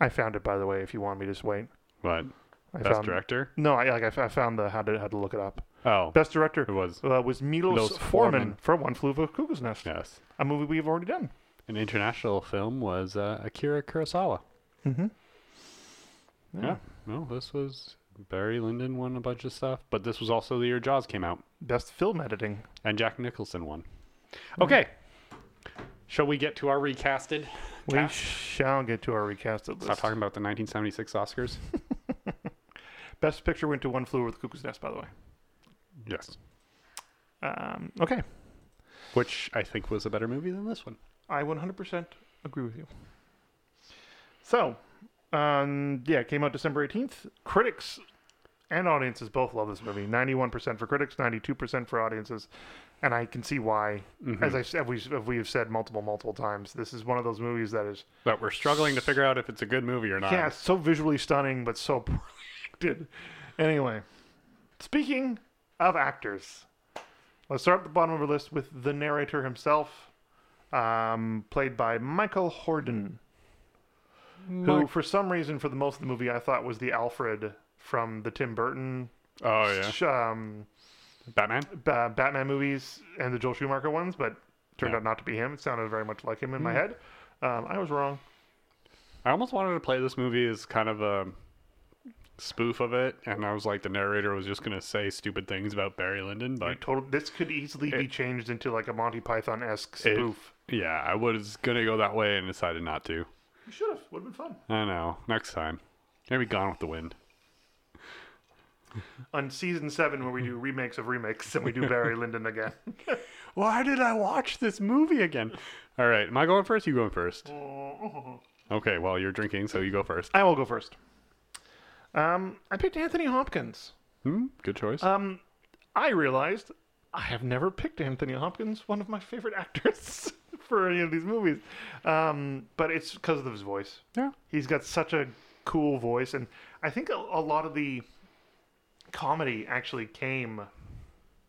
Speaker 2: I found it, by the way. If you want me to just wait,
Speaker 1: What?
Speaker 2: I
Speaker 1: Best
Speaker 2: found,
Speaker 1: director?
Speaker 2: No, I like I f- I found the how to how to look it up.
Speaker 1: Oh,
Speaker 2: Best director
Speaker 1: it was.
Speaker 2: uh, was Milos,
Speaker 1: Milos
Speaker 2: Forman,
Speaker 1: Forman.
Speaker 2: for One Flew Over the Cuckoo's Nest,
Speaker 1: Yes.
Speaker 2: a movie we've already done.
Speaker 1: An international film was uh, Akira Kurosawa.
Speaker 2: Mm-hmm.
Speaker 1: Yeah. Well, this was Barry Lyndon won a bunch of stuff, but this was also the year Jaws came out,
Speaker 2: Best film editing.
Speaker 1: and Jack Nicholson won.
Speaker 2: Hmm.
Speaker 1: Okay. Shall we get to our recasted?
Speaker 2: We
Speaker 1: Cast?
Speaker 2: shall get to our recasted
Speaker 1: Stop
Speaker 2: list.
Speaker 1: talking about the 1976 Oscars.
Speaker 2: Best picture went to One Flew Over the Cuckoo's Nest, by the way.
Speaker 1: yes.
Speaker 2: Um, okay,
Speaker 1: Which I think was a better movie than this one.
Speaker 2: I 100% agree with you. So, um, yeah, it came out December 18th. Critics and audiences both love this movie. 91% for critics, 92% for audiences. And I can see why.
Speaker 1: Mm-hmm.
Speaker 2: As I said, we've, we've said multiple, multiple times, this is one of those movies that is,
Speaker 1: But we're struggling to figure out if it's a good movie or not.
Speaker 2: yeah, it's so visually stunning, but so poorly acted. Anyway, speaking of actors, let's start at the bottom of our list with the narrator himself, um, played by Michael Horden, who, for some reason, for the most of the movie, I thought was the Alfred from the Tim Burton
Speaker 1: Oh yeah.
Speaker 2: sh- um,
Speaker 1: Batman.
Speaker 2: ba- Batman movies and the Joel Schumacher ones, but turned
Speaker 1: Yeah.
Speaker 2: out not to be him. It sounded very much like him in my head. Um, I was wrong.
Speaker 1: I almost wanted to play this movie as kind of a spoof of it, and I was like, the narrator was just gonna say stupid things about Barry Lyndon,
Speaker 2: You
Speaker 1: but
Speaker 2: total, this could easily be changed into like a Monty Python esque
Speaker 1: It-
Speaker 2: spoof.
Speaker 1: yeah, I was gonna go that way and decided not to.
Speaker 2: you should have. Would have been fun.
Speaker 1: I know. Next time, maybe Gone with the Wind.
Speaker 2: on season seven where we do remakes of remakes and we do Barry Lyndon again.
Speaker 1: Why did I watch this movie again? All right, am I going first? You going first? Okay, well you're drinking, so you go first.
Speaker 2: I will go first. Um, I picked Anthony Hopkins.
Speaker 1: Hmm, good choice.
Speaker 2: Um, I realized I have never picked Anthony Hopkins, one of my favorite actors, for any of these movies. Um, but it's because of his voice.
Speaker 1: yeah.
Speaker 2: He's got such a cool voice, and I think a, a lot of the comedy actually came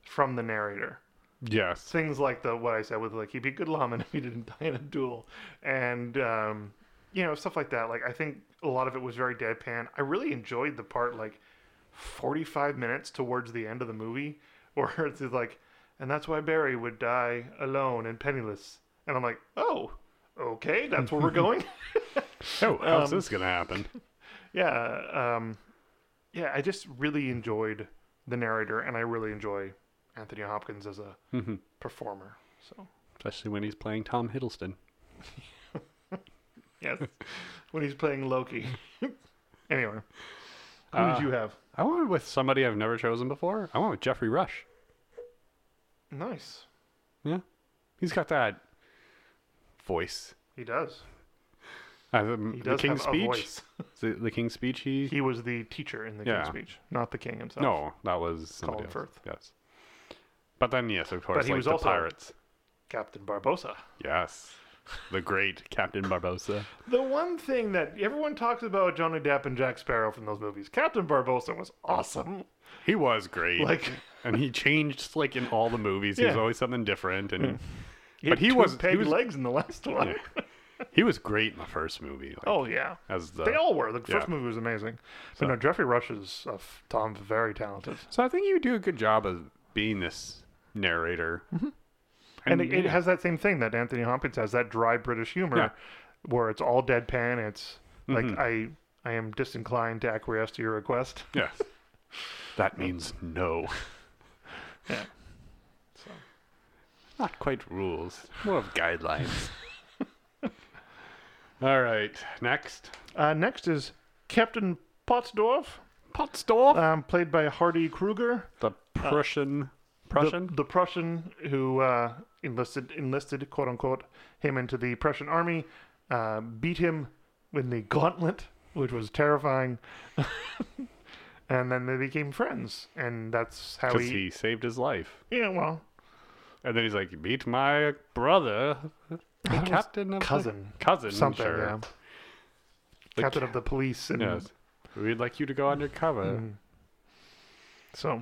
Speaker 2: from the narrator.
Speaker 1: Yes.
Speaker 2: things like the what I said with like he'd be a good lawman if he didn't die in a duel, and um, you know stuff like that. Like I think a lot of it was very deadpan. I really enjoyed the part like forty five minutes towards the end of the movie where it's just like, and that's why Barry would die alone and penniless. And I'm like, oh, okay, that's where we're going.
Speaker 1: Oh, how's this gonna happen?
Speaker 2: yeah, um, yeah. I just really enjoyed the narrator, and I really enjoy Anthony Hopkins as a
Speaker 1: Mm-hmm.
Speaker 2: performer. So.
Speaker 1: Especially when he's playing Tom Hiddleston.
Speaker 2: Yes. when he's playing Loki. anyway. Who
Speaker 1: Uh,
Speaker 2: did you have?
Speaker 1: I went with somebody I've never chosen before. I went with Jeffrey Rush.
Speaker 2: Nice.
Speaker 1: Yeah. He's got that voice.
Speaker 2: He does.
Speaker 1: Uh, the,
Speaker 2: He
Speaker 1: the
Speaker 2: does
Speaker 1: King's
Speaker 2: have a
Speaker 1: Speech.
Speaker 2: voice.
Speaker 1: The, the King's Speech, he.
Speaker 2: He was the teacher in the
Speaker 1: Yeah.
Speaker 2: King's Speech, not the king himself.
Speaker 1: no, that was. Somebody
Speaker 2: Colin
Speaker 1: else.
Speaker 2: Firth.
Speaker 1: Yes. But then, yes, of course.
Speaker 2: he
Speaker 1: like
Speaker 2: was
Speaker 1: the
Speaker 2: also-
Speaker 1: Pirates.
Speaker 2: Captain Barbosa.
Speaker 1: Yes. The great Captain Barbosa.
Speaker 2: The one thing that everyone talks about Johnny Depp and Jack Sparrow from those movies, Captain Barbosa was awesome.
Speaker 1: He was great.
Speaker 2: Like
Speaker 1: and he changed, like, in all the movies. He was
Speaker 2: Yeah.
Speaker 1: always something different. And
Speaker 2: he
Speaker 1: But
Speaker 2: had
Speaker 1: he
Speaker 2: two
Speaker 1: was- he
Speaker 2: pegged
Speaker 1: was-
Speaker 2: legs in the last one.
Speaker 1: yeah. he was great in the first movie. Like,
Speaker 2: Oh yeah.
Speaker 1: As the,
Speaker 2: They all were. The first
Speaker 1: yeah.
Speaker 2: movie was amazing. But no, Jeffrey Rush is uh, Tom very talented.
Speaker 1: So I think you do a good job of being this narrator.
Speaker 2: Mm-hmm. and it, it
Speaker 1: yeah.
Speaker 2: has that same thing that Anthony Hopkins has that dry British humor,
Speaker 1: Yeah.
Speaker 2: where it's all deadpan. It's Like I I am disinclined to acquiesce to your request.
Speaker 1: Yes. That means no.
Speaker 2: Yeah.
Speaker 1: Not quite rules, more of guidelines. All right, next.
Speaker 2: Uh, next is Captain Pottsdorf,
Speaker 1: Potsdorf.
Speaker 2: um, played by Hardy Kruger,
Speaker 1: the Prussian.
Speaker 2: the-
Speaker 1: Prussian?
Speaker 2: the, Prussian who uh, enlisted enlisted quote unquote him into the Prussian army, uh, beat him in the gauntlet, which was terrifying. and then they became friends, and that's how
Speaker 1: Because
Speaker 2: he.
Speaker 1: he saved his life.
Speaker 2: Yeah, well,
Speaker 1: And then he's like, meet my brother, the
Speaker 2: thought it was
Speaker 1: captain of the-
Speaker 2: cousin,
Speaker 1: cousin,
Speaker 2: something.
Speaker 1: sure.
Speaker 2: Yeah.
Speaker 1: The
Speaker 2: Captain
Speaker 1: ca-
Speaker 2: of the police, and
Speaker 1: Yes. We'd like you to go undercover.
Speaker 2: Mm. so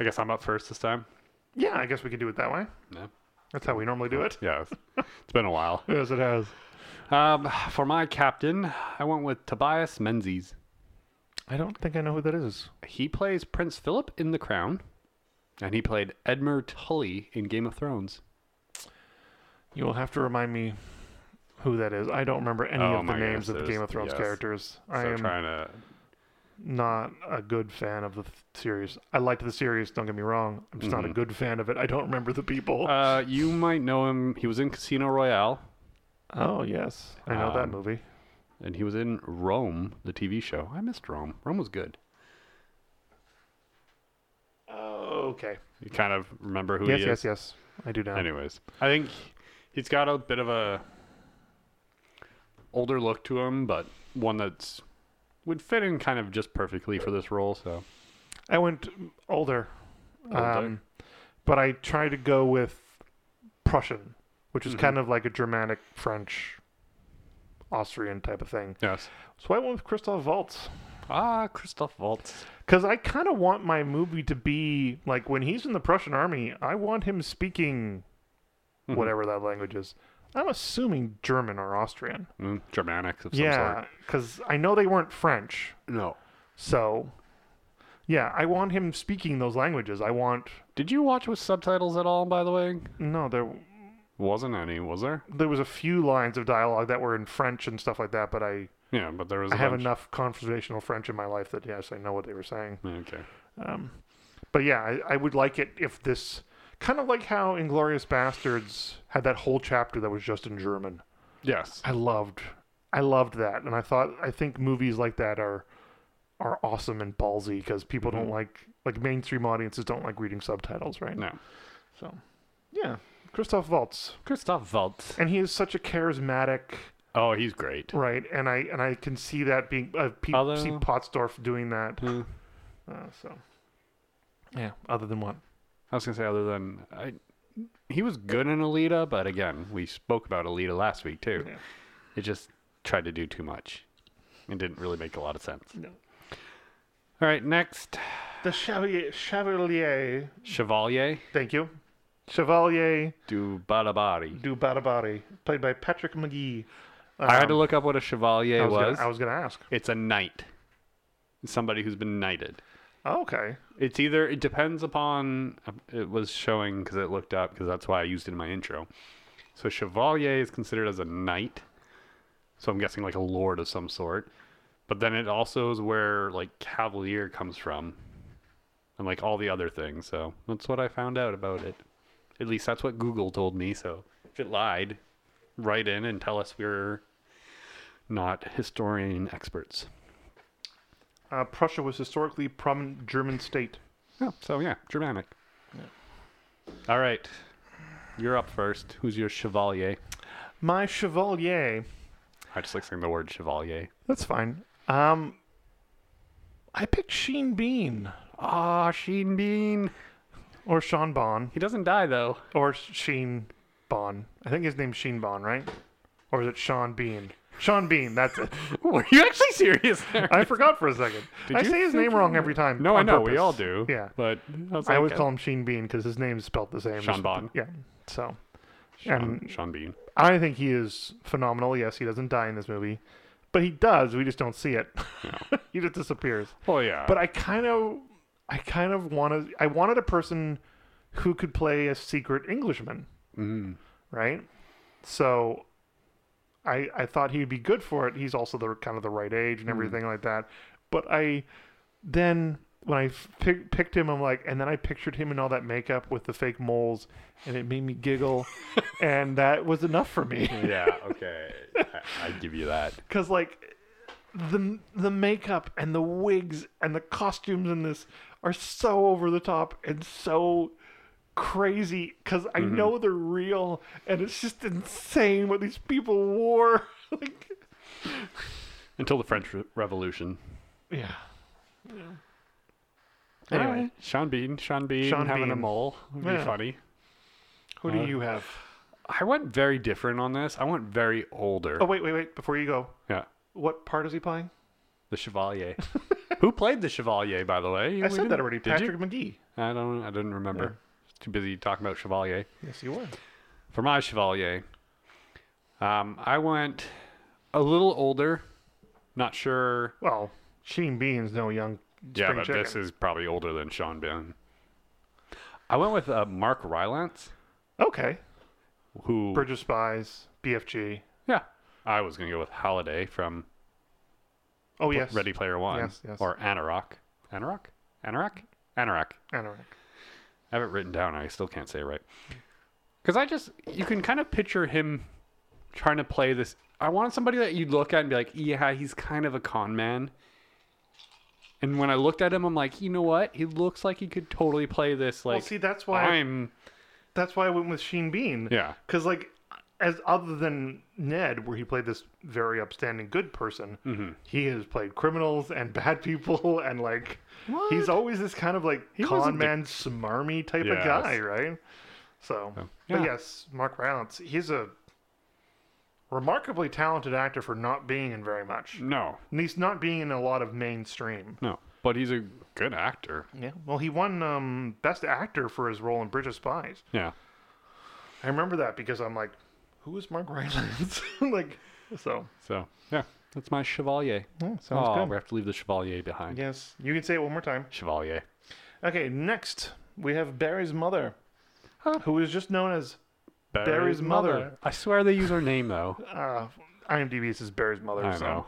Speaker 1: I guess I'm up first this time.
Speaker 2: yeah, I guess we could do it that way.
Speaker 1: Yeah.
Speaker 2: That's how we normally do it.
Speaker 1: Yeah. It's been a while.
Speaker 2: Yes, it has.
Speaker 1: Um, for my captain, I went with Tobias Menzies.
Speaker 2: I don't think I know who that is.
Speaker 1: He plays Prince Philip in The Crown, and he played Edmure Tully in Game of Thrones.
Speaker 2: You will have to remind me who that is. I don't remember any
Speaker 1: Oh
Speaker 2: of the
Speaker 1: my
Speaker 2: names
Speaker 1: goodness,
Speaker 2: of the
Speaker 1: there's-
Speaker 2: Game of Thrones
Speaker 1: yes.
Speaker 2: characters. I
Speaker 1: so
Speaker 2: am
Speaker 1: trying to.
Speaker 2: not a good fan of the th- series. I liked the series, don't get me wrong. I'm just not a good fan of it. I don't remember the people.
Speaker 1: Mm-hmm. Uh, you might know him. He was in Casino Royale,
Speaker 2: oh, yes. I know that
Speaker 1: um,
Speaker 2: movie.
Speaker 1: and he was in Rome, the TV show. I missed Rome. Rome was good.
Speaker 2: Oh, okay.
Speaker 1: You kind of remember who
Speaker 2: Yes,
Speaker 1: he is.
Speaker 2: yes, yes. I do now.
Speaker 1: Anyways, I think he's got a bit of a older look to him, but one that's would fit in kind of just perfectly for this role. So
Speaker 2: I went older.
Speaker 1: Older.
Speaker 2: Um, but I tried to go with Prussian, which is
Speaker 1: Mhm.
Speaker 2: kind of like a Germanic, French, Austrian type of thing.
Speaker 1: yes,
Speaker 2: So I went with Christoph Waltz
Speaker 1: ah, Christoph Waltz.
Speaker 2: because I kind of want my movie to be like when he's in the Prussian army. I want him speaking
Speaker 1: Mhm.
Speaker 2: whatever that language is. I'm assuming German or Austrian.
Speaker 1: Mm, Germanics of some
Speaker 2: yeah,
Speaker 1: sort.
Speaker 2: because I know they weren't French.
Speaker 1: No.
Speaker 2: So, yeah, I want him speaking those languages. I want
Speaker 1: Did you watch with subtitles at all? By the way,
Speaker 2: no there.
Speaker 1: wasn't any, was there?
Speaker 2: There was a few lines of dialogue that were in French and stuff like that, but I
Speaker 1: Yeah, but there was.
Speaker 2: I
Speaker 1: a
Speaker 2: have
Speaker 1: bunch.
Speaker 2: enough conversational French in my life that yes, I know what they were saying.
Speaker 1: Okay.
Speaker 2: Um, but yeah, I, I would like it if this kind of like how Inglorious Bastards had that whole chapter that was just in German.
Speaker 1: Yes.
Speaker 2: I loved, I loved that, and I thought I think movies like that are are awesome and ballsy because people don't
Speaker 1: Mhm.
Speaker 2: like like mainstream audiences don't like reading subtitles, right?
Speaker 1: No.
Speaker 2: So, yeah, Christoph Waltz,
Speaker 1: Christoph Waltz.
Speaker 2: and he is such a charismatic,
Speaker 1: Oh, he's great.
Speaker 2: right? And I and I can see that being uh, pe-
Speaker 1: Although-
Speaker 2: see Pottsdorf doing that.
Speaker 1: Mm.
Speaker 2: Uh, so, yeah. Other than what?
Speaker 1: I was gonna say other than I, he was good in Alita, but again, we spoke about Alita last week too.
Speaker 2: Yeah.
Speaker 1: It just tried to do too much. It didn't really make a lot of sense.
Speaker 2: No.
Speaker 1: All right, next
Speaker 2: The Chevalier, Chevalier,
Speaker 1: Chevalier
Speaker 2: thank you, Chevalier
Speaker 1: du Badabadi.
Speaker 2: du Badabari, played by Patrick McGee.
Speaker 1: I had to
Speaker 2: Um,
Speaker 1: look up what a chevalier
Speaker 2: I
Speaker 1: was.
Speaker 2: was, Gonna, I was gonna ask.
Speaker 1: It's a knight, somebody who's been knighted.
Speaker 2: Oh, okay,
Speaker 1: It's either it depends upon it was showing because it looked up because that's why I used it in my intro. So chevalier is considered as a knight, so I'm guessing like a lord of some sort. But then it also is where like cavalier comes from, and like all the other things. So that's what I found out about it. At least that's what Google told me. So if it lied, write in and tell us we're not historian experts.
Speaker 2: uh, Prussia was historically prominent German state.
Speaker 1: Yeah, so yeah, Germanic. All right. You're up first. Who's your chevalier?
Speaker 2: My Chevalier,
Speaker 1: I just like saying the word chevalier.
Speaker 2: that's fine. Um, I picked Sheen Bean
Speaker 1: Ah, Sheen Bean.
Speaker 2: or Sean Bon
Speaker 1: He doesn't die though.
Speaker 2: or Sheen Bon. I think his name's Sheen Bon, right? Or is it Sean Bean? Sean Bean, that's it.
Speaker 1: Were you actually serious there?
Speaker 2: I forgot for a second.
Speaker 1: Did
Speaker 2: I
Speaker 1: you
Speaker 2: say his
Speaker 1: think
Speaker 2: name
Speaker 1: you-
Speaker 2: wrong every time.
Speaker 1: No, I
Speaker 2: on
Speaker 1: know we
Speaker 2: purpose.
Speaker 1: all do.
Speaker 2: Yeah.
Speaker 1: but I, was
Speaker 2: I
Speaker 1: like,
Speaker 2: always
Speaker 1: uh,
Speaker 2: call him Sheen Bean because his name's spelled the same.
Speaker 1: Sean Bon.
Speaker 2: Yeah. So
Speaker 1: Sean,
Speaker 2: and-
Speaker 1: Sean Bean.
Speaker 2: I think he is phenomenal. Yes, he doesn't die in this movie, but he does. We just don't see it. he just disappears.
Speaker 1: Well, Oh, yeah,
Speaker 2: But I kind of, I kind of wanted, I wanted a person who could play a secret Englishman,
Speaker 1: mm,
Speaker 2: right? So I, I thought he'd be good for it. He's also the kind of the right age and everything like that. But I then when I f- pick, picked him, I'm like, and then I pictured him in all that makeup with the fake moles, and it made me giggle, and that was enough for me
Speaker 1: yeah, okay. I, I give you that.
Speaker 2: because like the the makeup and the wigs and the costumes in this are so over the top and so crazy because I know they're real and it's just insane what these people wore. like,
Speaker 1: Until the French Re- Revolution.
Speaker 2: yeah,
Speaker 1: Anyway,
Speaker 2: Alright.
Speaker 1: Sean Bean, Sean Bean
Speaker 2: Sean
Speaker 1: having a
Speaker 2: Bean.
Speaker 1: mole would be
Speaker 2: Yeah.
Speaker 1: funny.
Speaker 2: who do you have?
Speaker 1: I went very different on this. I went very older.
Speaker 2: Oh wait, wait, wait! Before you go,
Speaker 1: Yeah,
Speaker 2: what part is he playing?
Speaker 1: the Chevalier. Who played the Chevalier, by the way?
Speaker 2: I said that already.
Speaker 1: Did
Speaker 2: Patrick
Speaker 1: you?
Speaker 2: McGee.
Speaker 1: I don't. I didn't remember. Too busy talking about Chevalier.
Speaker 2: Yes, you were.
Speaker 1: For my Chevalier, um, I went a little older. Not sure.
Speaker 2: Well, Sheen Bean's no young.
Speaker 1: Yeah,
Speaker 2: spring
Speaker 1: but
Speaker 2: chicken.
Speaker 1: this is probably older than Sean Bean. I went with uh, Mark Rylance,
Speaker 2: Okay,
Speaker 1: who
Speaker 2: Bridge of Spies, BFG.
Speaker 1: Yeah. I was going to go with Holiday from
Speaker 2: Oh yes,
Speaker 1: Ready Player One.
Speaker 2: Yes, yes.
Speaker 1: Or Anorak. Anorak? Anorak? Anorak.
Speaker 2: Anorak.
Speaker 1: I have it written down. I still can't say it right. Because I just, you can kind of picture him trying to play this. I want somebody that you'd look at and be like, yeah, he's kind of a con man. And when I looked at him, I'm like, you know what? He looks like he could totally play this. Like,
Speaker 2: well, see, that's why
Speaker 1: I'm.
Speaker 2: that's why I went with Sheen Bean.
Speaker 1: Yeah.
Speaker 2: Because like, as other than Ned, where he played this very upstanding good person,
Speaker 1: Mm-hmm.
Speaker 2: he has played criminals and bad people, and like, he's always this kind of like con
Speaker 1: wasn't the-
Speaker 2: man, smarmy type
Speaker 1: Yes.
Speaker 2: of guy, right? So,
Speaker 1: yeah.
Speaker 2: but yes, Mark Rylance, he's a remarkably talented actor for not being in very much.
Speaker 1: No,
Speaker 2: And he's not being in a lot of mainstream.
Speaker 1: no. But he's a good actor.
Speaker 2: Yeah. Well, he won um, Best Actor for his role in Bridge of Spies.
Speaker 1: Yeah.
Speaker 2: I remember that because I'm like, who is Mark Rylance? like, so
Speaker 1: So, yeah. That's my Chevalier.
Speaker 2: sounds
Speaker 1: Oh, we have to leave the Chevalier behind.
Speaker 2: Yes, you can say it one more time.
Speaker 1: Chevalier.
Speaker 2: Okay, next we have Barry's mother,
Speaker 1: Huh?
Speaker 2: who is just known as Barry's mother.
Speaker 1: I swear they use her name though.
Speaker 2: uh, IMDb says Barry's mother.
Speaker 1: I
Speaker 2: so.
Speaker 1: know.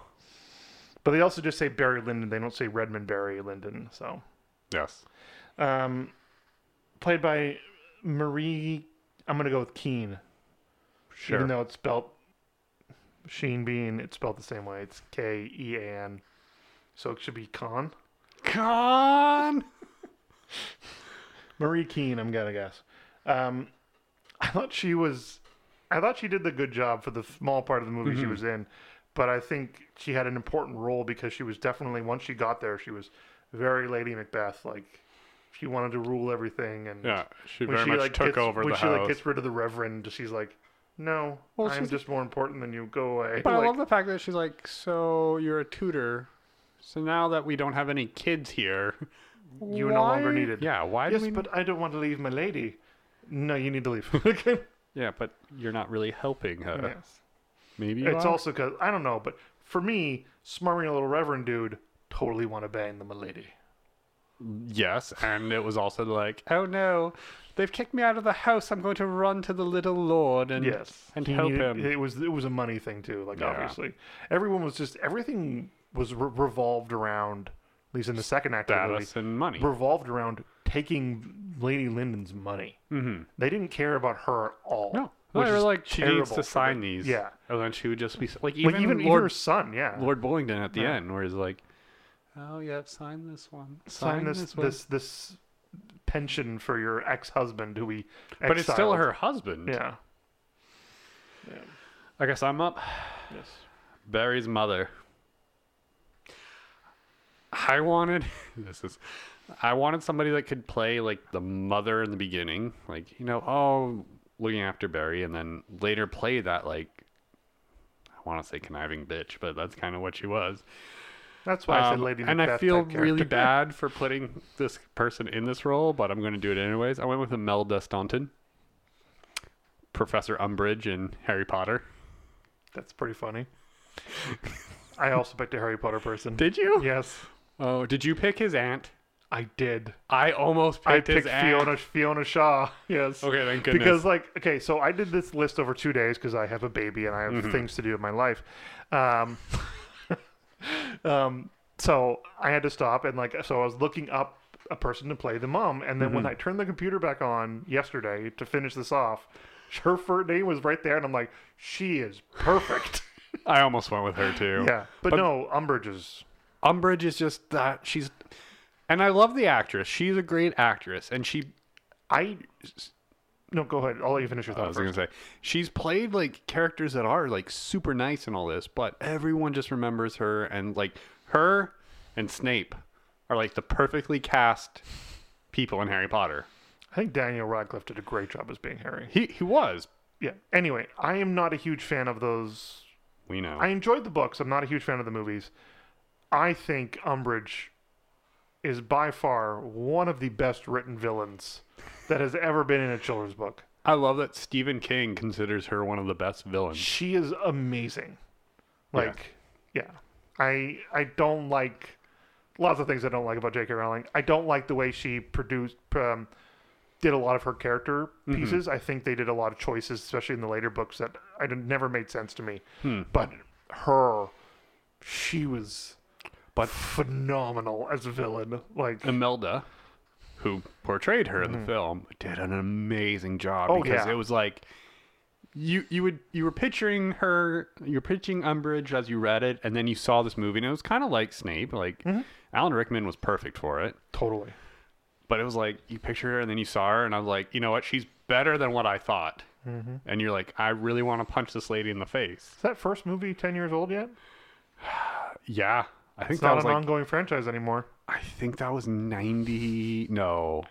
Speaker 2: but they also just say Barry Lyndon. They don't say Redmond Barry Lyndon. So,
Speaker 1: Yes.
Speaker 2: um, played by Marie. I'm gonna go with Keen,
Speaker 1: Sure.
Speaker 2: even though it's spelled Sheen Bean. It's spelled the same way. It's K E A N. So it should be Con.
Speaker 1: Con.
Speaker 2: Marie Keene, I'm gonna guess. Um, I thought she was, I thought she did the good job for the small part of the movie she
Speaker 1: Mm-hmm.
Speaker 2: was in, but I think she had an important role because she was definitely once she got there, she was very Lady Macbeth. Like she wanted to rule everything, and
Speaker 1: Yeah, she
Speaker 2: when
Speaker 1: very
Speaker 2: she
Speaker 1: much
Speaker 2: like
Speaker 1: took
Speaker 2: gets,
Speaker 1: over
Speaker 2: when
Speaker 1: the
Speaker 2: she
Speaker 1: house.
Speaker 2: like gets rid of the Reverend, she's like, "No,
Speaker 1: Well,
Speaker 2: I'm
Speaker 1: she's-
Speaker 2: just more important than you. Go away."
Speaker 1: but I
Speaker 2: Like,
Speaker 1: love the fact that she's like, so you're a tutor. So now that we don't have any kids here,
Speaker 2: you are no longer
Speaker 1: why-
Speaker 2: needed.
Speaker 1: Yeah. Why
Speaker 2: Yes,
Speaker 1: do we?
Speaker 2: but I don't want to leave my lady. No, you need to leave.
Speaker 1: yeah, but you're not really helping her.
Speaker 2: yes.
Speaker 1: Maybe
Speaker 2: It's also because I don't know, but for me, smarmy little reverend dude, totally want to bang the milady.
Speaker 1: yes, and it was also like, oh no, they've kicked me out of the house. I'm going to run to the little lord and and
Speaker 2: He
Speaker 1: help
Speaker 2: needed-
Speaker 1: him.
Speaker 2: It was it was a money thing too. Like
Speaker 1: Yeah.
Speaker 2: obviously, everyone was just everything was re- revolved around. At least in the second act of the movie,
Speaker 1: status and money.
Speaker 2: revolved around taking Lady Lyndon's money. Mm-hmm. They didn't care about her at all.
Speaker 1: No,
Speaker 2: which
Speaker 1: they were
Speaker 2: is
Speaker 1: like she
Speaker 2: terrible
Speaker 1: needs
Speaker 2: for
Speaker 1: to
Speaker 2: the-
Speaker 1: sign these.
Speaker 2: Yeah.
Speaker 1: and then she would just be like even
Speaker 2: Like even, even
Speaker 1: Lord
Speaker 2: her son, yeah.
Speaker 1: Lord Bullingdon at the
Speaker 2: Yeah.
Speaker 1: end, where he's like, Uh, "Oh yeah, sign this one,
Speaker 2: sign, this this,
Speaker 1: one."
Speaker 2: this pension for your ex-husband who we
Speaker 1: but it's still
Speaker 2: exiled.
Speaker 1: her husband.
Speaker 2: Yeah.
Speaker 1: I guess I'm up.
Speaker 2: Yes.
Speaker 1: Barry's mother. I wanted this is I wanted somebody that could play like the mother in the beginning, like you know, oh, looking after Barry and then later play that like I want to say conniving bitch, but that's kind of what she was.
Speaker 2: That's why I said
Speaker 1: Um,
Speaker 2: Lady
Speaker 1: and
Speaker 2: Macbeth
Speaker 1: I feel
Speaker 2: type
Speaker 1: really
Speaker 2: character.
Speaker 1: bad for putting this person in this role, but I'm going to do it anyways. I went with Imelda Staunton, Professor Umbridge in Harry Potter.
Speaker 2: That's pretty funny. I also picked a Harry Potter person.
Speaker 1: Did you?
Speaker 2: Yes.
Speaker 1: Oh, did you pick his aunt?
Speaker 2: I did.
Speaker 1: I almost picked,
Speaker 2: I picked
Speaker 1: his act.
Speaker 2: Fiona Fiona Shaw. Yes.
Speaker 1: Okay, thank goodness.
Speaker 2: Because like okay, so I did this list over two days because I have a baby and I have
Speaker 1: Mm-hmm.
Speaker 2: things to do in my life. Um, um, so I had to stop and like so I was looking up a person to play the mom, and then when
Speaker 1: Mm-hmm.
Speaker 2: I turned the computer back on yesterday to finish this off, her first name was right there, and I'm like, she is perfect.
Speaker 1: I almost went with her too.
Speaker 2: yeah, but, no, Umbridge is
Speaker 1: Umbridge is just that she's, and I love the actress. She's a great actress, and she
Speaker 2: I. No, go ahead. I'll let you finish your
Speaker 1: Oh, I
Speaker 2: thought
Speaker 1: was
Speaker 2: first.
Speaker 1: gonna say she's played like characters that are like super nice and all this, but everyone just remembers her and like her and Snape are like the perfectly cast people in Harry Potter.
Speaker 2: I think Daniel Radcliffe did a great job as being Harry.
Speaker 1: He he was.
Speaker 2: yeah. Anyway, I am not a huge fan of those.
Speaker 1: We know.
Speaker 2: I enjoyed the books. I'm not a huge fan of the movies. I think Umbridge is by far one of the best written villains that has ever been in a children's book.
Speaker 1: I love that Stephen King considers her one of the best villains.
Speaker 2: She is amazing. Like, yeah. I I don't like lots of things I don't like about J.K. Rowling. I don't like the way she produced um, did a lot of her character
Speaker 1: Mm-hmm.
Speaker 2: pieces. I think they did a lot of choices, especially in the later books, that I didn't- never made sense to me.
Speaker 1: Hmm.
Speaker 2: But her, she was, but phenomenal as a villain. Like,
Speaker 1: Imelda, who portrayed her in the film, did an amazing job
Speaker 2: Mm-hmm. Oh,
Speaker 1: because
Speaker 2: yeah.
Speaker 1: it was like you you would you were picturing her you're pitching Umbridge as you read it, and then you saw this movie and it was kind of like Snape. Like
Speaker 2: Mm-hmm.
Speaker 1: Alan Rickman was perfect for it,
Speaker 2: totally.
Speaker 1: but it was like you picture her and then you saw her, and I was like, you know what, she's better than what I thought.
Speaker 2: Mm-hmm.
Speaker 1: And you're like, I really want to punch this lady in the face.
Speaker 2: Is that first movie ten years old yet?
Speaker 1: Yeah, I think
Speaker 2: It's
Speaker 1: that
Speaker 2: not
Speaker 1: was
Speaker 2: an
Speaker 1: like
Speaker 2: ongoing franchise anymore.
Speaker 1: I think that was ninety no.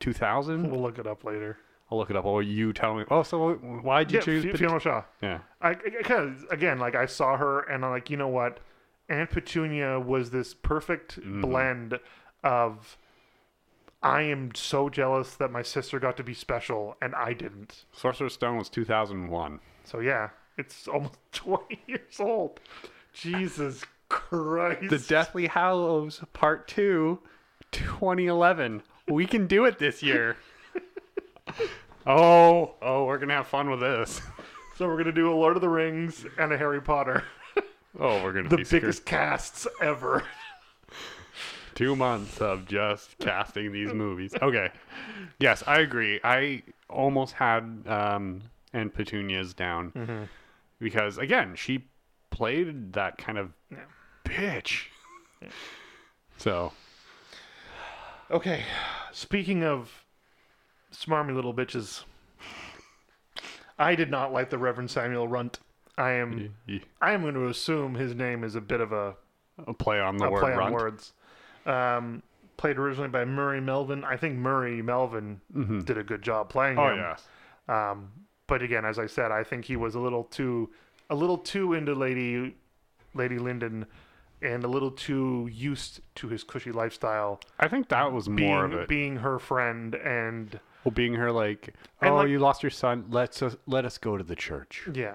Speaker 1: 2000
Speaker 2: We'll look it up later.
Speaker 1: I'll look it up. Or you tell me. Oh, so why'd you
Speaker 2: Yeah,
Speaker 1: choose?
Speaker 2: Fi-
Speaker 1: Pet-
Speaker 2: Fiona Shaw.
Speaker 1: yeah.
Speaker 2: I because again, like I saw her and I'm like, you know what, Aunt Petunia was this perfect blend of. I am so jealous that my sister got to be special and I didn't.
Speaker 1: Sorcerer's Stone was 2001.
Speaker 2: So yeah, it's almost twenty years old. Jesus Christ!
Speaker 1: The Deathly Hallows Part 2, 2011. We can do it this year. oh, oh, we're going to have fun with this.
Speaker 2: so we're gonna do a Lord of the Rings and a Harry Potter,
Speaker 1: Oh, we're going to
Speaker 2: the
Speaker 1: be
Speaker 2: biggest
Speaker 1: screwed.
Speaker 2: casts ever.
Speaker 1: two months of just casting these movies. Okay. Yes, I agree. I almost had um and Petunia's down
Speaker 2: Mm-hmm.
Speaker 1: because again, she played that kind of bitch. So
Speaker 2: Okay, speaking of smarmy little bitches, I did not like the Reverend Samuel Runt. I am
Speaker 1: y-
Speaker 2: I am going to assume his name is a bit of a,
Speaker 1: a play on the
Speaker 2: a
Speaker 1: word
Speaker 2: play on
Speaker 1: runt.
Speaker 2: words. Um, played originally by Murray Melvin. I think Murray Melvin did a good job playing
Speaker 1: Mm-hmm. Oh
Speaker 2: him.
Speaker 1: yeah.
Speaker 2: Um, but again, as I said, I think he was a little too, a little too into Lady, Lady Lyndon, and a little too used to his cushy lifestyle,
Speaker 1: I think that was
Speaker 2: being
Speaker 1: more of it.
Speaker 2: being her friend and
Speaker 1: Well, being her like,
Speaker 2: And,
Speaker 1: oh,
Speaker 2: like-
Speaker 1: you lost your son. Let's us, let us go to the church.
Speaker 2: yeah.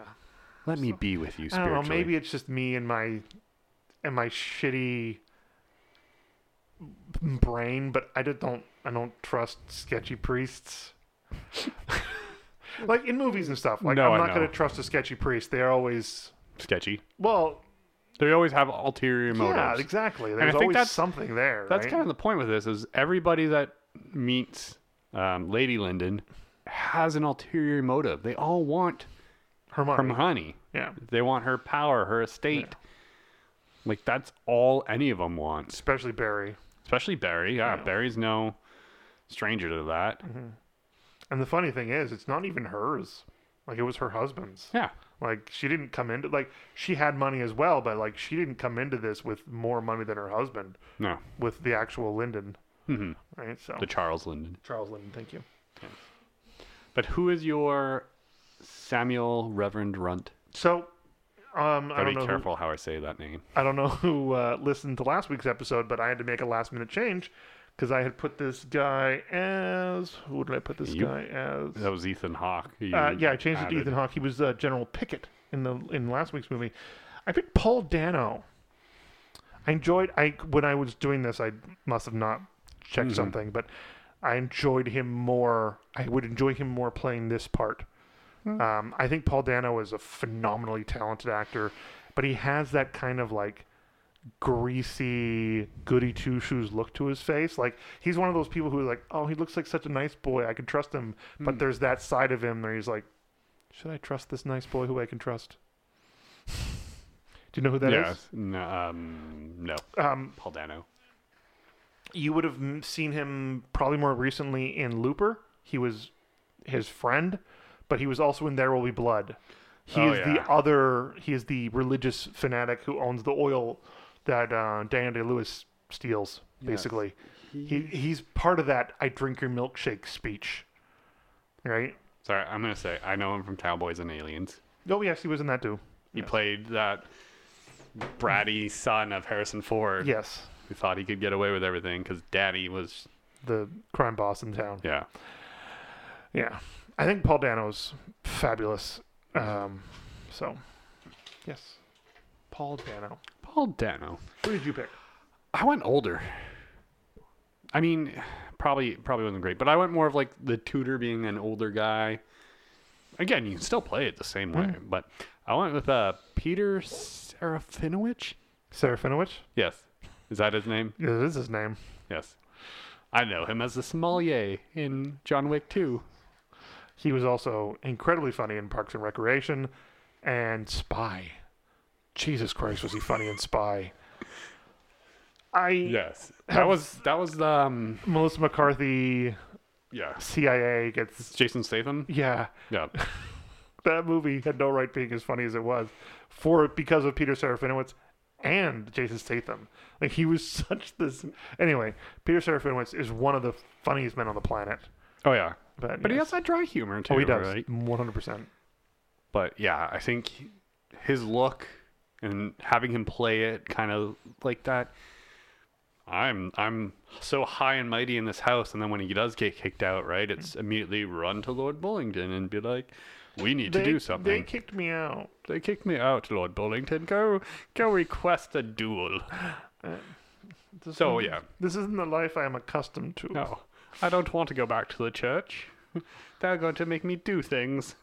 Speaker 1: Let me be with you
Speaker 2: I don't
Speaker 1: spiritually.
Speaker 2: know. Maybe it's just me and my and my shitty brain, but I just don't. I don't trust sketchy priests. like in movies and stuff. Like
Speaker 1: No,
Speaker 2: I'm
Speaker 1: I
Speaker 2: not
Speaker 1: know.
Speaker 2: going to trust a sketchy priest. They're always
Speaker 1: sketchy.
Speaker 2: well.
Speaker 1: They always have ulterior motives.
Speaker 2: Yeah, exactly. There's
Speaker 1: I think
Speaker 2: always
Speaker 1: that's-
Speaker 2: something there.
Speaker 1: That's
Speaker 2: right?
Speaker 1: kind of the point with this is everybody that meets um, Lady Lyndon has an ulterior motive. They all want
Speaker 2: her money.
Speaker 1: her money.
Speaker 2: yeah,
Speaker 1: They want her power, her estate. Like that's all any of them wants.
Speaker 2: especially Barry.
Speaker 1: Especially Barry. Yeah,
Speaker 2: Yeah. Mm-hmm.
Speaker 1: Barry's no stranger to that.
Speaker 2: And the funny thing is, it's not even hers. Like it was her husband's.
Speaker 1: Yeah.
Speaker 2: Like she didn't come into like she had money as well, but like she didn't come into this with more money than her husband
Speaker 1: No.
Speaker 2: with the actual Lyndon,
Speaker 1: hmm
Speaker 2: right? So
Speaker 1: The Charles Lyndon.
Speaker 2: Charles Lyndon, thank you.
Speaker 1: But who is your Samuel Reverend Runt?
Speaker 2: So um, I
Speaker 1: Gotta
Speaker 2: don't
Speaker 1: be
Speaker 2: know. Who,
Speaker 1: careful how I say that name.
Speaker 2: I don't know who uh, listened to last week's episode, but I had to make a last minute change because I had put this guy as who did I put this
Speaker 1: You-
Speaker 2: guy as?
Speaker 1: That was Ethan Hawke. you
Speaker 2: Uh, yeah, I changed it
Speaker 1: added.
Speaker 2: to Ethan Hawke. He was uh, General Pickett in the in last week's movie. I picked Paul Dano. I enjoyed. I when I was doing this, I must have not check something, but I enjoyed him more. I would enjoy him more playing this part. Um, I think Paul Dano is a phenomenally talented actor, but he has that kind of like greasy, goody two shoes look to his face. Like he's one of those people who are like, oh, he looks like such a nice boy. I can trust him. But there's that side of him where he's like, should I trust this nice boy who I can trust? Do you know who that is?
Speaker 1: yes. No, um, no.
Speaker 2: Um,
Speaker 1: Paul Dano.
Speaker 2: you would have m- seen him probably more recently in Looper. He was his friend, but he was also in There Will Be Blood. He
Speaker 1: Oh,
Speaker 2: is
Speaker 1: yeah.
Speaker 2: the other. He is the religious fanatic who owns the oil that uh, Daniel Day Lewis steals. Basically, he he's part of that "I drink your milkshake" speech, right?
Speaker 1: Sorry, I'm gonna say I know him from Cowboys and Aliens.
Speaker 2: Oh yes, he was in that too.
Speaker 1: He played that bratty son of Harrison Ford
Speaker 2: Yes,
Speaker 1: who thought he could get away with everything because daddy was
Speaker 2: the crime boss in town.
Speaker 1: yeah.
Speaker 2: Yeah, I think Paul Dano's fabulous. Um, so, yes, Paul Dano.
Speaker 1: Paul Dano.
Speaker 2: Who did you pick?
Speaker 1: I went older. I mean, probably probably wasn't great, but I went more of like the tutor being an older guy. Again, you can still play it the same way, but I went with uh, Peter Serafinowicz.
Speaker 2: Serafinowicz.
Speaker 1: Yes, is that his name?
Speaker 2: Yeah, that is his name.
Speaker 1: Yes, I know him as the sommelier in John Wick Two.
Speaker 2: He was also incredibly funny in Parks and Recreation and Spy. Jesus Christ, was he funny in Spy? I
Speaker 1: Yes, that was that was um
Speaker 2: Melissa McCarthy
Speaker 1: yeah
Speaker 2: CIA gets
Speaker 1: Jason Statham.
Speaker 2: yeah
Speaker 1: Yeah,
Speaker 2: that movie had no right being as funny as it was for because of Peter Serafinowicz and Jason Statham. Like he was such this anyway. Peter Serafinowicz is one of the funniest men on the planet,
Speaker 1: oh yeah,
Speaker 2: but,
Speaker 1: but he
Speaker 2: yes.
Speaker 1: has that dry humor too.
Speaker 2: oh he does
Speaker 1: right?
Speaker 2: one hundred percent.
Speaker 1: but yeah, I think he- his look and having him play it kind of like that. I'm I'm so high and mighty in this house, and then when he does get kicked out, right, it's immediately run to Lord Bullingdon and be like, "We need to do
Speaker 2: They
Speaker 1: something."
Speaker 2: kicked me out.
Speaker 1: They, kicked me out, Lord Bullingdon. Go go request a duel.
Speaker 2: This
Speaker 1: So
Speaker 2: isn't-
Speaker 1: yeah,
Speaker 2: this isn't the life I am accustomed to.
Speaker 1: no, I don't want to go back to the church. They're going to make me do things.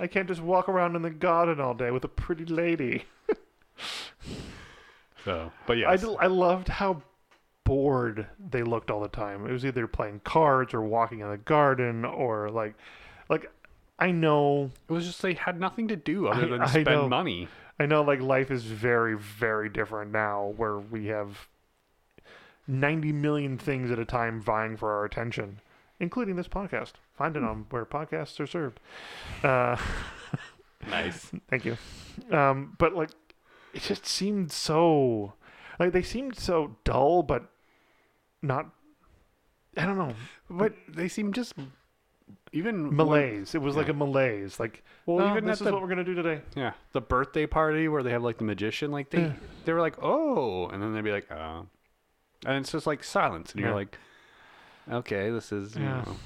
Speaker 2: I can't just walk around in the garden all day with a pretty lady.
Speaker 1: So, but yeah,
Speaker 2: I, d- I loved how bored they looked all the time. It was either playing cards or walking in the garden or like, like I know,
Speaker 1: it was just they had nothing to do other
Speaker 2: I-
Speaker 1: than
Speaker 2: I
Speaker 1: spend
Speaker 2: know.
Speaker 1: money.
Speaker 2: I know, like life is very, very different now, where we have ninety million things at a time vying for our attention, including this podcast. Find it on where podcasts are served. Uh,
Speaker 1: Nice.
Speaker 2: Thank you. Um, but like, it just seemed so, like they seemed so dull, but not. I don't know
Speaker 1: But they seem just even when-
Speaker 2: malaise. It was like
Speaker 1: yeah.
Speaker 2: a malaise. Like,
Speaker 1: Well,
Speaker 2: "Oh,
Speaker 1: even at
Speaker 2: this is
Speaker 1: the-
Speaker 2: what we're gonna do today.
Speaker 1: yeah, the birthday party where they have like the magician, like they they were like, oh, and then they'd be like, oh, and it's just like silence, and
Speaker 2: Yeah.
Speaker 1: you're like, okay, this is you
Speaker 2: Yeah.
Speaker 1: know,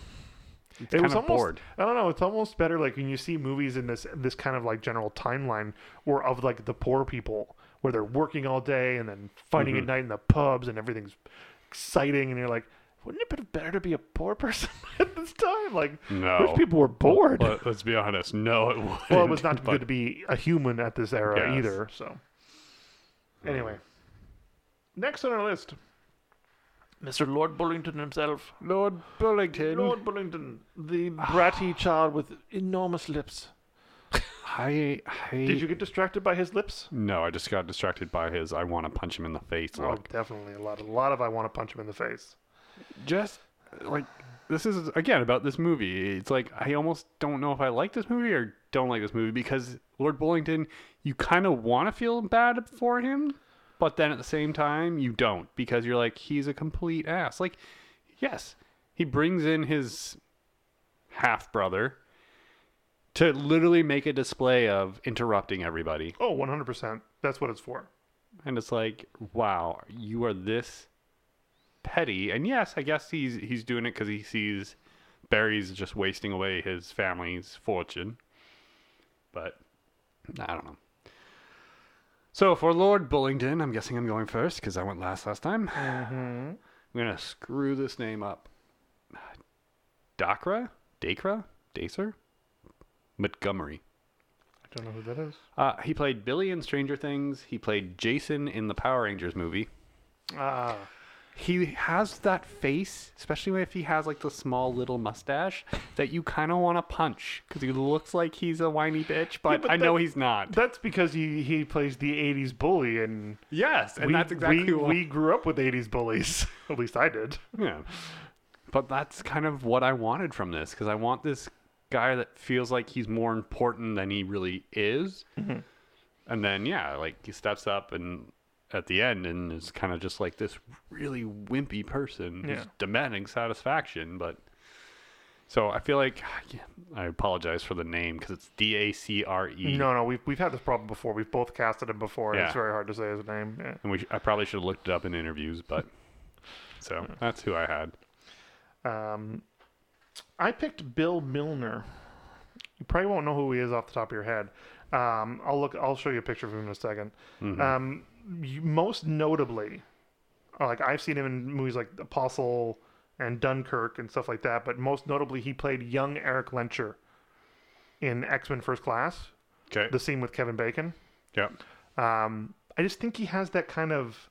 Speaker 1: it's
Speaker 2: it was
Speaker 1: kinda
Speaker 2: almost.
Speaker 1: bored.
Speaker 2: I don't know. It's almost better like when you see movies in this this kind of like general timeline, or of like the poor people where they're working all day and then fighting
Speaker 1: Mm-hmm.
Speaker 2: at night in the pubs and everything's exciting, and you're like, wouldn't it be better to be a poor person at this time? Like,
Speaker 1: No.
Speaker 2: rich people were bored.
Speaker 1: Let, us be honest, no, it was.
Speaker 2: Well, it was not good to be a human at this era
Speaker 1: Yes.
Speaker 2: either. So, anyway, next on our list, Mr. Lord Bullington himself.
Speaker 1: Lord Bullington.
Speaker 2: Lord Bullington, the
Speaker 1: Ah.
Speaker 2: bratty child with enormous lips.
Speaker 1: I, I
Speaker 2: Did you get distracted by his lips?
Speaker 1: No, I just got distracted by his. I want to punch him in the face.
Speaker 2: Oh,
Speaker 1: Look,
Speaker 2: definitely a lot. A lot of I want to punch him in the face.
Speaker 1: just like this is again about this movie. It's like I almost don't know if I like this movie or don't like this movie because Lord Bullington, you kind of want to feel bad for him, but then at the same time you don't because you're like he's a complete ass. Like yes, he brings in his half brother to literally make a display of interrupting everybody.
Speaker 2: Oh, 100%. That's what it's for.
Speaker 1: And it's like, wow, you are this petty. And yes, I guess he's he's doing it because he sees Barry's just wasting away his family's fortune. But I don't know. So for Lord Bullingdon, I'm guessing I'm going first because I went last last time. I'm gonna screw this name up. Dakra, Dakra, Dacer, Montgomery.
Speaker 2: I don't know who that is.
Speaker 1: Uh, he played Billy in Stranger Things. He played Jason in the Power Rangers movie.
Speaker 2: Ah,
Speaker 1: He has that face, especially if he has like the small little mustache, that you kind of want to punch because he looks like he's a whiny bitch, but,
Speaker 2: but
Speaker 1: I know
Speaker 2: that-
Speaker 1: he's not.
Speaker 2: that's because he he plays the '80s bully, and
Speaker 1: yes, and
Speaker 2: we,
Speaker 1: that's exactly
Speaker 2: we,
Speaker 1: what
Speaker 2: we grew up with '80s bullies. At least I did.
Speaker 1: Yeah. But that's kind of what I wanted from this because I want this guy that feels like he's more important than he really is.
Speaker 2: Mm-hmm.
Speaker 1: And then, yeah, like he steps up and at the end and is kind of just like this really wimpy person
Speaker 2: Yeah.
Speaker 1: who's demanding satisfaction. But so I feel like I apologize for the name because it's D A C R E.
Speaker 2: No, no, we've we've had this problem before. We've both casted him before. and It's
Speaker 1: Yeah.
Speaker 2: very hard to say his name. Yeah.
Speaker 1: And we, sh- I probably should have looked it up in interviews, but so that's who I had.
Speaker 2: Um, I picked Bill Milner. You probably won't know who he is off the top of your head. Um, I'll look. I'll show you a picture of him in a 2nd Um, you- most notably, uh, like I've seen him in movies like Apostle and Dunkirk and stuff like that. But most notably, he played young Eric Lencher in X Men First Class.
Speaker 1: Okay.
Speaker 2: The scene with Kevin Bacon.
Speaker 1: Yep.
Speaker 2: Um, I just think he has that kind of.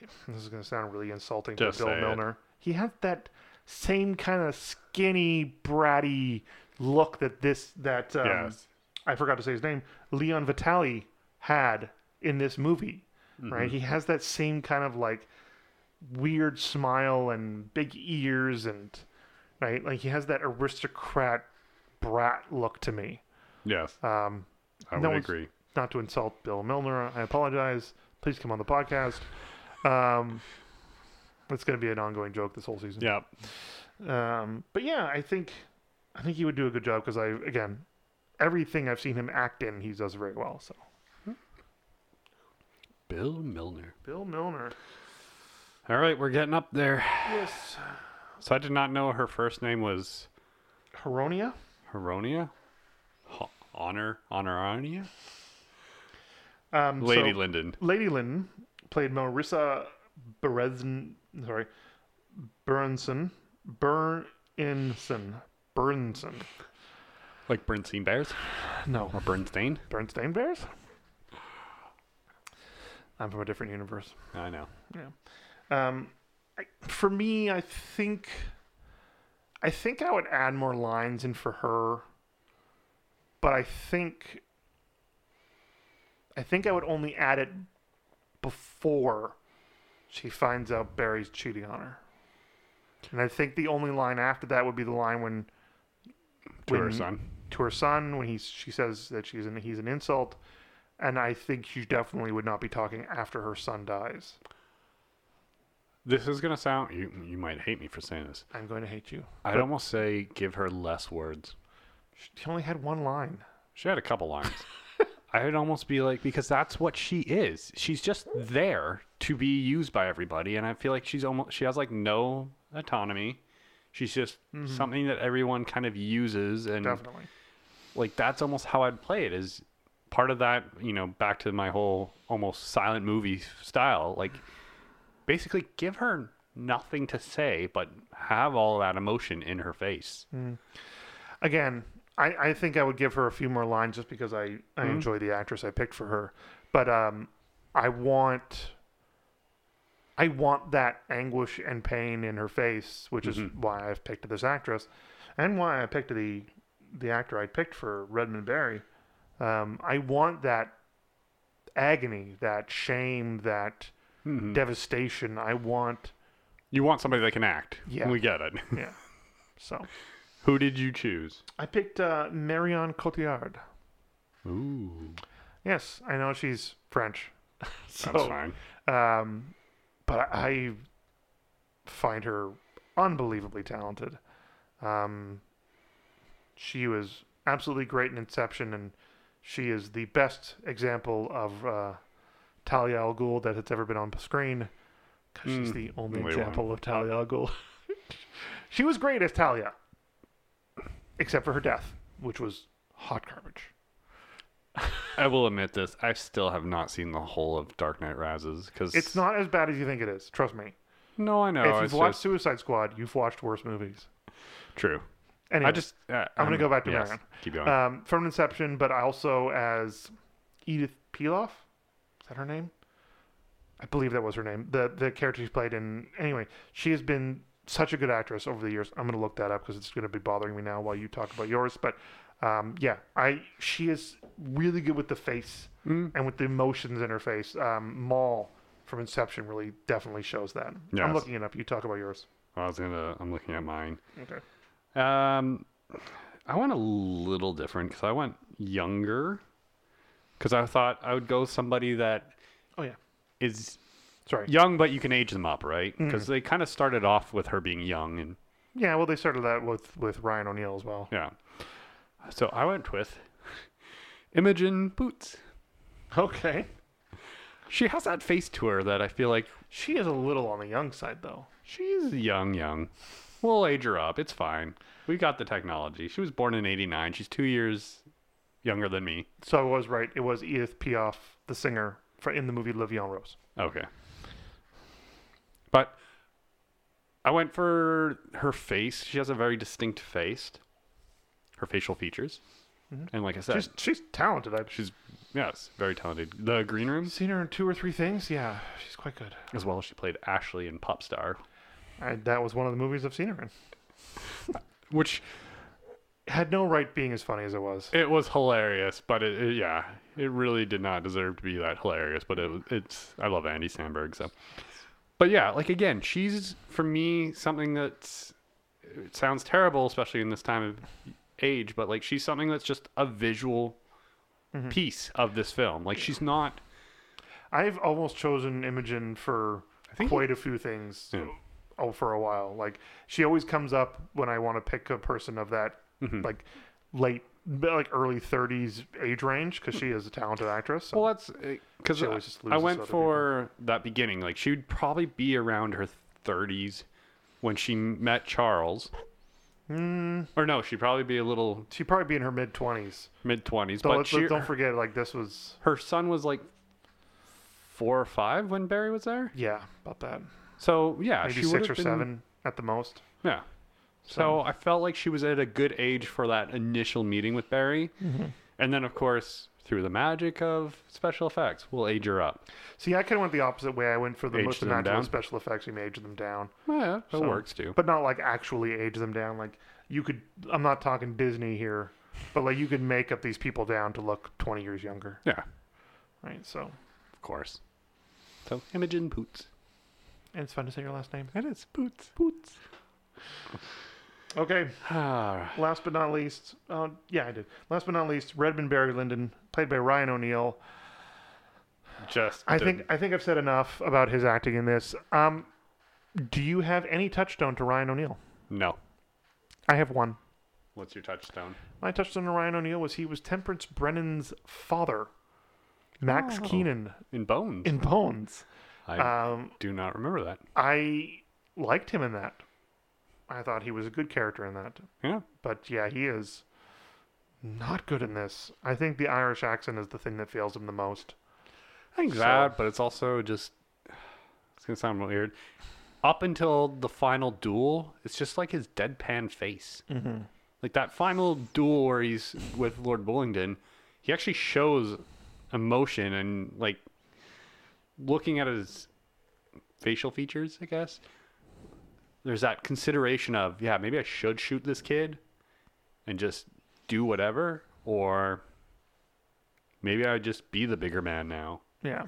Speaker 2: This is going to sound really insulting
Speaker 1: Just
Speaker 2: to Bill
Speaker 1: say it.
Speaker 2: Milner. He has that same kind of skinny, bratty look that this that um,
Speaker 1: Yes.
Speaker 2: I forgot to say his name, Leon Vitali had in this movie.
Speaker 1: Mm-hmm.
Speaker 2: Right, he has that same kind of like weird smile and big ears and right, like he has that aristocrat brat look to me.
Speaker 1: Yes.
Speaker 2: Um,
Speaker 1: I
Speaker 2: no
Speaker 1: would
Speaker 2: one's-
Speaker 1: agree.
Speaker 2: not to insult Bill Milner. I apologize. Please come on the podcast. Um, it's going to be an ongoing joke this whole season.
Speaker 1: Yeah.
Speaker 2: Um, but yeah, I think I think he would do a good job because I again everything I've seen him act in, he does very well. So
Speaker 1: Bill Milner.
Speaker 2: Bill Milner,
Speaker 1: All right, we're getting up there.
Speaker 2: yes,
Speaker 1: So I did not know her first name was
Speaker 2: Heronia.
Speaker 1: Heronia. Ho- Honor Honorania?
Speaker 2: Um, so-
Speaker 1: Lady Lyndon.
Speaker 2: Lady Lynn played Marissa Berezn, sorry, Burnson, Burnson, Burnson.
Speaker 1: Like Bernstein Bears
Speaker 2: No,
Speaker 1: or Bernstein.
Speaker 2: Bernstein Bears? I'm from a different universe.
Speaker 1: I know.
Speaker 2: Um, I, for me, I think, I think I would add more lines in for her, but I think, I think I would only add it before she finds out Barry's cheating on her, and I think the only line after that would be the line when
Speaker 1: To her
Speaker 2: When-
Speaker 1: son.
Speaker 2: to her son when he's she says that she's an, he's an insult, and I think she definitely would not be talking after her son dies.
Speaker 1: This is gonna sound you you might hate me for saying this.
Speaker 2: I'm going to hate you.
Speaker 1: I'd almost say give her less words.
Speaker 2: She only had one line.
Speaker 1: She had a couple lines. I'd almost be like because that's what she is. She's just there to be used by everybody, and I feel like she's almost she has like no autonomy. She's just something that everyone kind of uses, and
Speaker 2: Mm-hmm. Definitely.
Speaker 1: like that's almost how I'd play it. Is part of that you know back to my whole almost silent movie style. Like basically give her nothing to say, but have all that emotion in her face.
Speaker 2: Mm. Again, I, I think I would give her a few more lines just because I, I enjoy the actress I picked for her. But um, I want I want that anguish and pain in her face, which is why I've picked this actress and why I picked the the actor I picked for Redmond Barry. Um, I want that agony, that shame, that devastation. I want
Speaker 1: You want somebody that can act.
Speaker 2: Yeah.
Speaker 1: we get it.
Speaker 2: yeah. So
Speaker 1: Who did you choose?
Speaker 2: I picked uh, Marion Cotillard.
Speaker 1: Ooh,
Speaker 2: Yes, I know she's French. so,
Speaker 1: that's fine.
Speaker 2: Um, but I find her unbelievably talented. Um, she was absolutely great in Inception, and she is the best example of uh, Talia al Ghul that has ever been on screen. 'cause she's
Speaker 1: Mm,
Speaker 2: the only
Speaker 1: only
Speaker 2: example of Talia al Ghul. she was great as Talia, except for her death, which was hot garbage.
Speaker 1: I will admit this. I still have not seen the whole of Dark Knight Rises because
Speaker 2: It's not as bad as you think it is. Trust me.
Speaker 1: No, I know.
Speaker 2: if
Speaker 1: Oh, it's
Speaker 2: you've watched
Speaker 1: just-
Speaker 2: Suicide Squad, you've watched worse movies.
Speaker 1: true.
Speaker 2: Anyway,
Speaker 1: I just. Uh, I'm,
Speaker 2: gonna go back to
Speaker 1: yes,
Speaker 2: Marion.
Speaker 1: Keep going.
Speaker 2: um, from Inception, but also as Edith Piaf. Is that her name? I believe that was her name. The the character she's played in. Anyway, she has been such a good actress over the years. I'm going to look that up because it's going to be bothering me now while you talk about yours. But um, yeah, I she is really good with the face
Speaker 1: Mm.
Speaker 2: and with the emotions in her face. Um, Maul from Inception really definitely shows that.
Speaker 1: Yes.
Speaker 2: I'm looking it up. You talk about yours.
Speaker 1: I was gonna. I'm looking at mine.
Speaker 2: Okay.
Speaker 1: Um, I went a little different because I went younger. Because I thought I would go with somebody that
Speaker 2: Oh yeah.
Speaker 1: is
Speaker 2: Sorry.
Speaker 1: young, but you can age them up, right?
Speaker 2: Mm.
Speaker 1: Because they kind of started off with her being young, and
Speaker 2: Yeah. Well, they started that with with Ryan O'Neal as well.
Speaker 1: yeah. So I went with Imogen Boots.
Speaker 2: Okay.
Speaker 1: She has that face to her that I feel like
Speaker 2: She is a little on the young side, though.
Speaker 1: she's young, young. We'll age her up. It's fine. We got the technology. She was born in '89. She's two years younger than me.
Speaker 2: So I was right. It was Edith Piaf, the singer for, in the movie Livion Rose.
Speaker 1: Okay. But I went for her face. She has a very distinct face, her facial features. And like I said,
Speaker 2: She's,
Speaker 1: she's,
Speaker 2: she's talented. I've
Speaker 1: yes, very talented. The Green Room,
Speaker 2: seen her in two or three things. Yeah, she's quite good.
Speaker 1: as well as she played Ashley in Popstar,
Speaker 2: I, that was one of the movies I've seen her in.
Speaker 1: which
Speaker 2: Had no right being as funny as it was.
Speaker 1: it was hilarious. But it, it- yeah, it really did not deserve to be that hilarious. But it, it's I love Andy Samberg so. But yeah, like again, she's for me something that's it sounds terrible, especially in this time of age, but like she's something that's just a visual
Speaker 2: Mm-hmm.
Speaker 1: piece of this film. Like she's not
Speaker 2: I've almost chosen Imogen for
Speaker 1: think-
Speaker 2: quite a few things.
Speaker 1: Yeah.
Speaker 2: Oh, for a while. Like she always comes up when I want to pick a person of that
Speaker 1: Mm-hmm.
Speaker 2: like late, like early 30s age range because she is a talented actress. So.
Speaker 1: well, that's because
Speaker 2: She always just
Speaker 1: I
Speaker 2: loses
Speaker 1: went
Speaker 2: other
Speaker 1: for that beginning. Like she would probably be around her 30s when she met Charles,
Speaker 2: Mm,
Speaker 1: or no, she'd probably be a little
Speaker 2: she'd probably be in her mid 20s.
Speaker 1: mid 20s.
Speaker 2: So
Speaker 1: But
Speaker 2: let's,
Speaker 1: she,
Speaker 2: let's- don't forget, like this was
Speaker 1: her son was like four or five when Barry was there.
Speaker 2: yeah about that
Speaker 1: So yeah,
Speaker 2: maybe
Speaker 1: she would
Speaker 2: six
Speaker 1: have
Speaker 2: or
Speaker 1: been-
Speaker 2: seven at the most.
Speaker 1: Yeah. So I felt like she was at a good age for that initial meeting with Barry.
Speaker 2: Mm-hmm.
Speaker 1: And then, of course, through the magic of special effects, we'll age her up.
Speaker 2: See, I kind of went the opposite way. I went for the
Speaker 1: Aged
Speaker 2: most
Speaker 1: them
Speaker 2: natural
Speaker 1: down?
Speaker 2: special effects. We age them down,
Speaker 1: Well, yeah, that
Speaker 2: So-
Speaker 1: works too.
Speaker 2: but not like actually age them down. Like you could, I'm not talking Disney here, but like you could make up these people down to look 20 years younger,
Speaker 1: yeah,
Speaker 2: right? So
Speaker 1: of course. So Imogen Boots.
Speaker 2: and it's fun to say your last name.
Speaker 1: That is Boots. Boots.
Speaker 2: Okay,
Speaker 1: Ah,
Speaker 2: last but not least, uh, yeah, I did. Last but not least, Redmond Barry Lyndon, played by Ryan O'Neal.
Speaker 1: just.
Speaker 2: I
Speaker 1: the-
Speaker 2: think I think I've said enough about his acting in this. Um, do you have any touchstone to Ryan O'Neal?
Speaker 1: No.
Speaker 2: I have one.
Speaker 1: What's your touchstone?
Speaker 2: My touchstone to Ryan O'Neal was he was Temperance Brennan's father, Max
Speaker 1: Oh.
Speaker 2: Keenan
Speaker 1: In Bones.
Speaker 2: in Bones.
Speaker 1: I
Speaker 2: Um,
Speaker 1: do not remember that.
Speaker 2: I liked him in that. I thought he was a good character in that.
Speaker 1: Yeah.
Speaker 2: But yeah, he is not good in this. I think the Irish accent is the thing that fails him the most.
Speaker 1: I think
Speaker 2: So-
Speaker 1: that, but it's also just it's gonna sound weird. Up until the final duel, it's just like his deadpan face. Mm-hmm. Like that final duel where he's with Lord Bullingdon, he actually shows emotion and like looking at his facial features. I guess there's that consideration of yeah, maybe I should shoot this kid and just do whatever, or maybe I would just be the bigger man now.
Speaker 2: Yeah.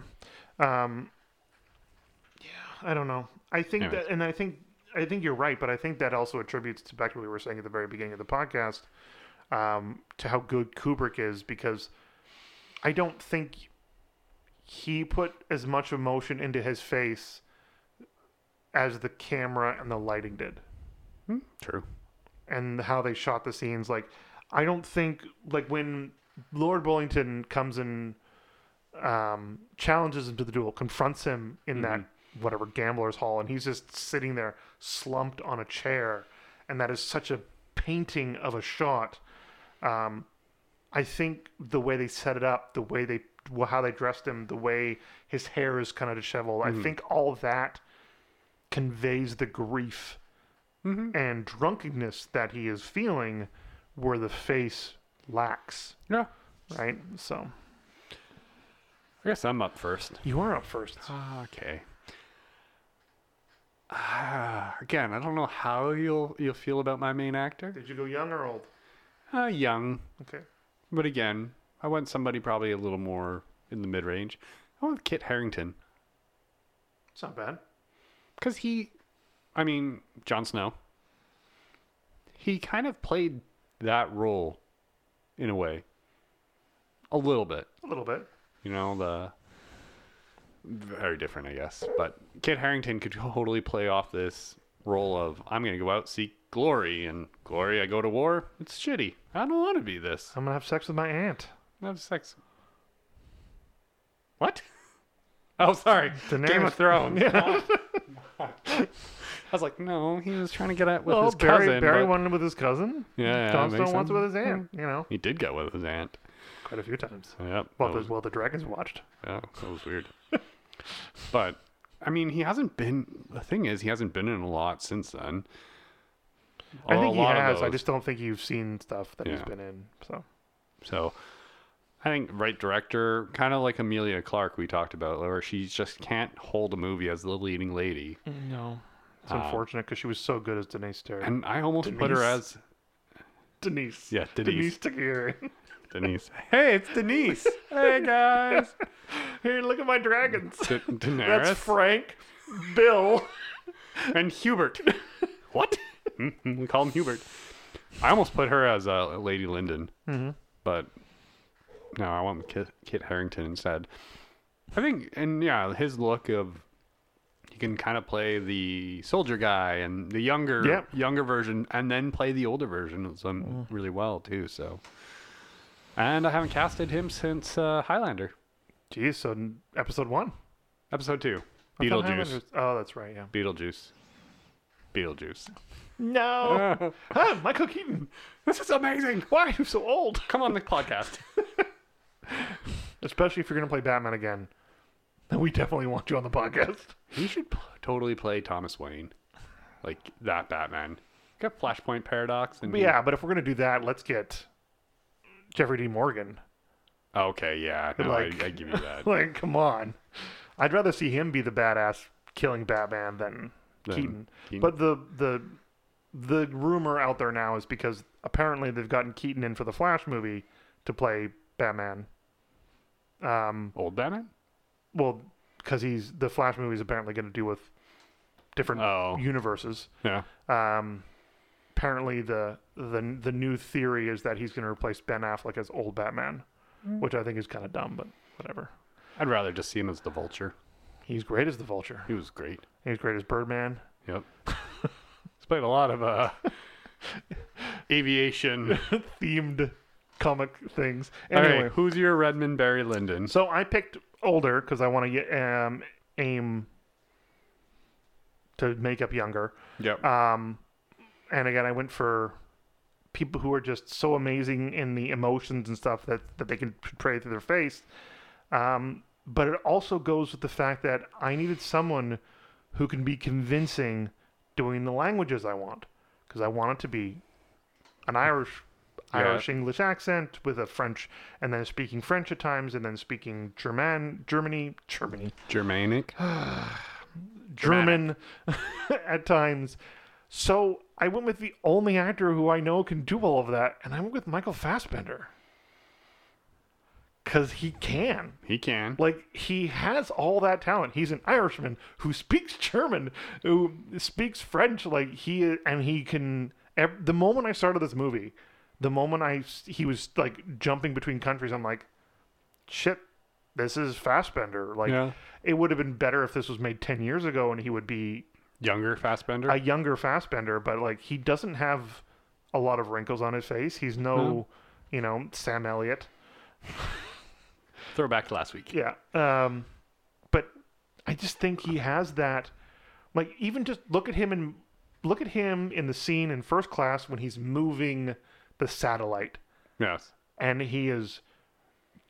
Speaker 2: Um, yeah, I don't know. I think
Speaker 1: Anyway.
Speaker 2: that, and I think, I think you're right, but I think that also attributes to back to what we were saying at the very beginning of the podcast, um, to how good Kubrick is because I don't think he put as much emotion into his face as the camera and the lighting did
Speaker 1: True.
Speaker 2: and how they shot the scenes. Like, I don't think like when Lord Bullington comes and um, challenges him to the duel, confronts him in that whatever gambler's hall, and he's just sitting there slumped on a chair, and that is such a painting of a shot. Um, I think the way they set it up, the way they well, how they dressed him, the way his hair is kind of disheveled. I think all that conveys the grief and drunkenness that he is feeling, where the face lacks.
Speaker 1: Yeah.
Speaker 2: Right. So
Speaker 1: I guess I'm up first.
Speaker 2: you are up first.
Speaker 1: Okay. Ah, again, I don't know how you'll you'll feel about my main actor.
Speaker 2: Did you go young or old?
Speaker 1: Uh, young,
Speaker 2: Okay.
Speaker 1: but again, I want somebody probably a little more in the mid range. I want Kit Harrington
Speaker 2: It's not bad.
Speaker 1: because he, I mean, Jon Snow. He kind of played that role, in a way. A little bit.
Speaker 2: A little bit.
Speaker 1: You know, the very different, I guess. But Kit Harrington could totally play off this role of I'm going to go out seek glory, and glory, I go to war. It's shitty. I don't want to be this.
Speaker 2: I'm gonna have sex with my aunt.
Speaker 1: Have sex. What? Oh, sorry.
Speaker 2: Daenerys-
Speaker 1: Game of Thrones. I was like, no, he was trying to get out with
Speaker 2: well,
Speaker 1: his
Speaker 2: Barry,
Speaker 1: cousin.
Speaker 2: Barry
Speaker 1: but-
Speaker 2: wanted with his cousin.
Speaker 1: Yeah,
Speaker 2: Jon
Speaker 1: that
Speaker 2: Snow
Speaker 1: makes
Speaker 2: once
Speaker 1: sense.
Speaker 2: with his aunt. You know,
Speaker 1: He did go with his aunt.
Speaker 2: quite a few times.
Speaker 1: Yep.
Speaker 2: Well,
Speaker 1: that
Speaker 2: the,
Speaker 1: was-
Speaker 2: well, the dragons watched.
Speaker 1: Yeah, Oh, that was weird. but I mean, he hasn't been. The thing is, he hasn't been in a lot since then.
Speaker 2: I
Speaker 1: A
Speaker 2: think he
Speaker 1: lot of
Speaker 2: has. I
Speaker 1: those.
Speaker 2: just don't think you've seen stuff that he's
Speaker 1: Yeah.
Speaker 2: been in. So
Speaker 1: so. I think right director, kind of like Amelia Clark, we talked about, where she just can't hold a movie as the leading lady.
Speaker 2: Mm-hmm. no, it's
Speaker 1: Um,
Speaker 2: unfortunate because she was so good as Denise Terry.
Speaker 1: And I almost put her
Speaker 2: Denise?
Speaker 1: as
Speaker 2: Denise.
Speaker 1: yeah, Denise.
Speaker 2: Denise Terry.
Speaker 1: Denise. hey, it's Denise. hey guys.
Speaker 2: Here, look at my dragons.
Speaker 1: Da- Daenerys
Speaker 2: That's Frank, Bill.
Speaker 1: and Hubert. what? Mhm, we call him Hubert. I almost put her as uh, Lady Lyndon.
Speaker 2: mm-hmm.
Speaker 1: but no, I want Kit, Kit Harrington instead. I think, and yeah, his look of he can kind of play the soldier guy and the younger
Speaker 2: Yep. Mm-hmm.
Speaker 1: younger version, and then play the older version of some really well too. So, and I haven't casted him since uh, Highlander
Speaker 2: Geez, so n- episode one.
Speaker 1: episode two,
Speaker 2: I
Speaker 1: Beetlejuice,
Speaker 2: thought Highlanders- Oh, that's right. Yeah.
Speaker 1: Beetlejuice, Beetlejuice.
Speaker 2: No. Huh, Michael Keaton.
Speaker 1: this is amazing.
Speaker 2: Why are you so old?
Speaker 1: Come on the podcast.
Speaker 2: Especially if you're gonna play Batman again. Then we definitely want you on the podcast.
Speaker 1: He should p- totally play Thomas Wayne, like that Batman. Got Flashpoint Paradox and
Speaker 2: But yeah, but if we're gonna do that, let's get Jeffrey D. Morgan.
Speaker 1: Okay, yeah, no,
Speaker 2: Like-
Speaker 1: I, I give you that.
Speaker 2: Like, come on. I'd rather see him be the badass killing Batman than,
Speaker 1: Than
Speaker 2: Keaton.
Speaker 1: Keaton.
Speaker 2: But the the the rumor out there now is because apparently they've gotten Keaton in for the Flash movie to play Batman. Um,
Speaker 1: Old Batman.
Speaker 2: well, because he's the Flash movie is apparently going to do with different
Speaker 1: Oh.
Speaker 2: universes.
Speaker 1: Yeah.
Speaker 2: Um, apparently the the the new theory is that he's going to replace Ben Affleck as old Batman, which I think is kind of dumb, but whatever.
Speaker 1: I'd rather just see him as the Vulture.
Speaker 2: He's great as the Vulture.
Speaker 1: He was great.
Speaker 2: He was great as Birdman.
Speaker 1: Yep. He's played a lot of uh, aviation.
Speaker 2: Themed comic things.
Speaker 1: All
Speaker 2: Anyway,
Speaker 1: right, who's your Redmond Barry Lyndon?
Speaker 2: so I picked older because I want to um, aim to make up younger.
Speaker 1: Yep.
Speaker 2: Um, and again, I went for people who are just so amazing in the emotions and stuff that, that they can portray through their face. Um, but it also goes with the fact that I needed someone who can be convincing doing the languages I want because I want it to be an Irish.
Speaker 1: Yeah.
Speaker 2: Irish English accent with a French, and then speaking French at times, and then speaking German, Germany, Germany,
Speaker 1: Germanic.
Speaker 2: German at times. So I went with the only actor who I know can do all of that, and I went with Michael Fassbender. Because he can.
Speaker 1: He can.
Speaker 2: Like, he has all that talent. He's an Irishman who speaks German, who speaks French. Like, he, and he can. ev- The moment I started this movie, the moment I, s- he was like jumping between countries, I'm like, shit, this is Fassbender. Like,
Speaker 1: Yeah.
Speaker 2: it would have been better if this was made 10 years ago and he would be
Speaker 1: Younger Fassbender.
Speaker 2: a younger Fassbender, but like he doesn't have a lot of wrinkles on his face. He's no, you know, Sam Elliott.
Speaker 1: Throwback to last week.
Speaker 2: Yeah. Um, but I just think he has that. Like even just look at him and look at him in the scene in First Class when he's moving the satellite,
Speaker 1: Yes.
Speaker 2: and he is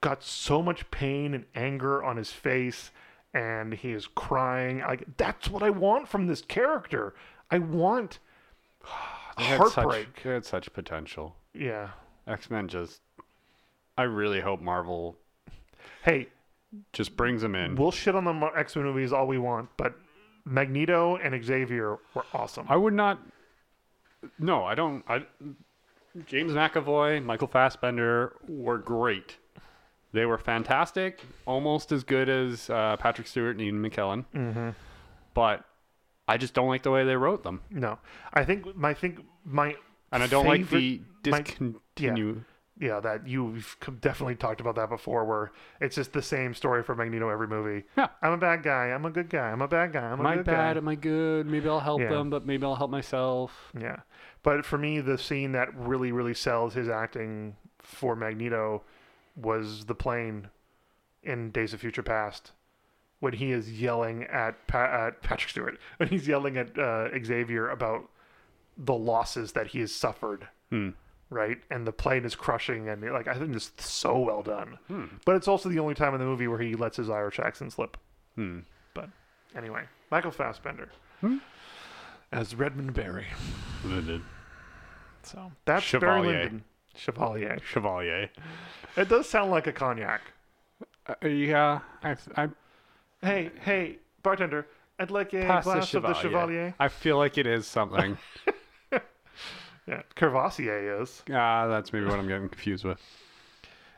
Speaker 2: got so much pain and anger on his face, and he is crying. Like that's what I want from this character. I want heartbreak.
Speaker 1: Such, they had such potential.
Speaker 2: Yeah.
Speaker 1: X Men just. I really hope Marvel
Speaker 2: Hey,
Speaker 1: just brings them in.
Speaker 2: we'll shit on the X Men movies all we want, but Magneto and Xavier were awesome.
Speaker 1: I would not. No, I don't. I, James McAvoy, Michael Fassbender were great. They were fantastic, almost as good as uh, Patrick Stewart and Ian McKellen. Mm-hmm. But I just don't like the way they wrote them,
Speaker 2: No, I think my think my
Speaker 1: and I don't like the
Speaker 2: my-
Speaker 1: discontinue.
Speaker 2: yeah that you've c- definitely talked about that before where it's just the same story for Magneto every movie.
Speaker 1: Yeah.
Speaker 2: I'm a bad guy. I'm a good guy. I'm a bad guy. I'm a
Speaker 1: Am I
Speaker 2: good
Speaker 1: bad?
Speaker 2: guy.
Speaker 1: Am I good? Maybe I'll help
Speaker 2: Yeah.
Speaker 1: them, but maybe I'll help myself.
Speaker 2: Yeah. But for me, the scene that really, really sells his acting for Magneto was the plane in Days of Future Past when he is yelling at, pa- at Patrick Stewart, when he's yelling at uh, Xavier about the losses that he has suffered. Right, and the plane is crushing, and like I think it's so well done. But it's also the only time in the movie where he lets his Irish accent slip.
Speaker 1: Hmm.
Speaker 2: But anyway, Michael Fassbender as Redmond Barry. So that's Barry
Speaker 1: Chevalier.
Speaker 2: Lyndon. Chevalier.
Speaker 1: Chevalier.
Speaker 2: It does sound like a cognac.
Speaker 1: Uh, yeah, I, I
Speaker 2: Hey, hey, bartender, I'd like a
Speaker 1: pass
Speaker 2: glass
Speaker 1: the
Speaker 2: of the Chevalier.
Speaker 1: I feel like it is something.
Speaker 2: Yeah, Courvoisier is.
Speaker 1: Ah, that's maybe what I'm getting confused with.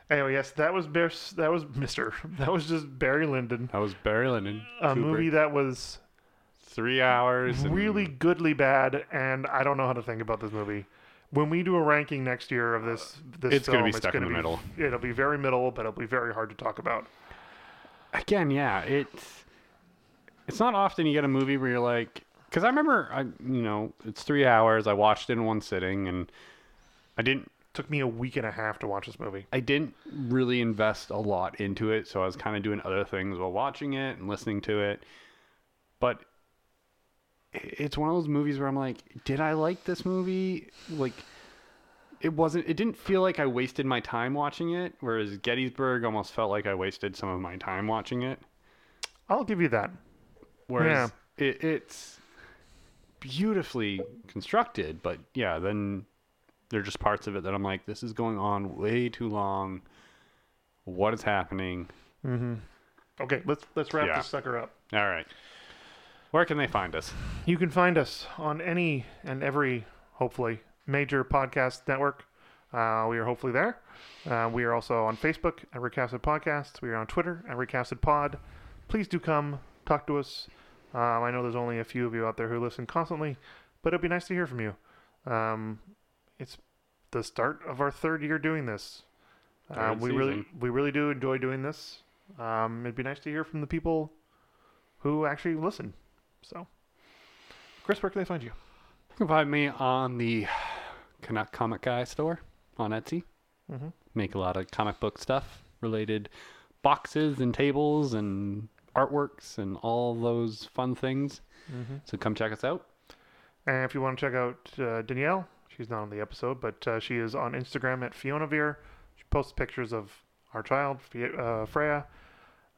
Speaker 2: Anyway, Oh, yes, that was Bear, that was Mister. That was just Barry Lyndon.
Speaker 1: That was Barry Lyndon.
Speaker 2: A
Speaker 1: Kubrick.
Speaker 2: movie that was
Speaker 1: Three hours. and-
Speaker 2: really goodly bad, and I don't know how to think about this movie. When we do a ranking next year of this, this
Speaker 1: It's gonna
Speaker 2: film,
Speaker 1: be stuck in
Speaker 2: gonna
Speaker 1: the middle.
Speaker 2: It'll be very middle, but it'll be very hard to talk about.
Speaker 1: again, yeah, it's it's not often you get a movie where you're like, because I remember, I you know, it's three hours. I watched it in one sitting, and I didn't
Speaker 2: Took me a week and a half to watch this movie.
Speaker 1: I didn't really invest a lot into it, so I was kind of doing other things while watching it and listening to it. But i- it's one of those movies where I'm like, did I like this movie? Like it wasn't it didn't feel like I wasted my time watching it, whereas Gettysburg almost felt like I wasted some of my time watching it.
Speaker 2: I'll give you that.
Speaker 1: Whereas it, it's beautifully constructed, but yeah, then there are just parts of it that I'm like, this is going on way too long. What is happening?
Speaker 2: Okay, let's let's wrap
Speaker 1: Yeah.
Speaker 2: this sucker up.
Speaker 1: All right. Where can they find us?
Speaker 2: You can find us on any and every, hopefully, major podcast network. Uh, we are hopefully there. Uh, we are also on Facebook at Recasted Podcast. We are on Twitter at Recasted Pod. Please do come talk to us. Um, I know there's only a few of you out there who listen constantly, but it'd be nice to hear from you. Um, it's the start of our third year doing this. Uh,
Speaker 1: Third
Speaker 2: we really,
Speaker 1: season.
Speaker 2: we really do enjoy doing this. Um, it'd be nice to hear from the people who actually listen. So, Chris, where can they find you?
Speaker 1: You can find me on the Canuck Comic Guy store on Etsy.
Speaker 2: Mhm.
Speaker 1: Make a lot of comic book stuff related boxes and tables and artworks and all those fun things. So come check us out.
Speaker 2: And if you want to check out uh, Danielle, she's not on the episode, but uh, she is on Instagram at Fiona Veer. She posts pictures of our child, Fe- uh, Freya,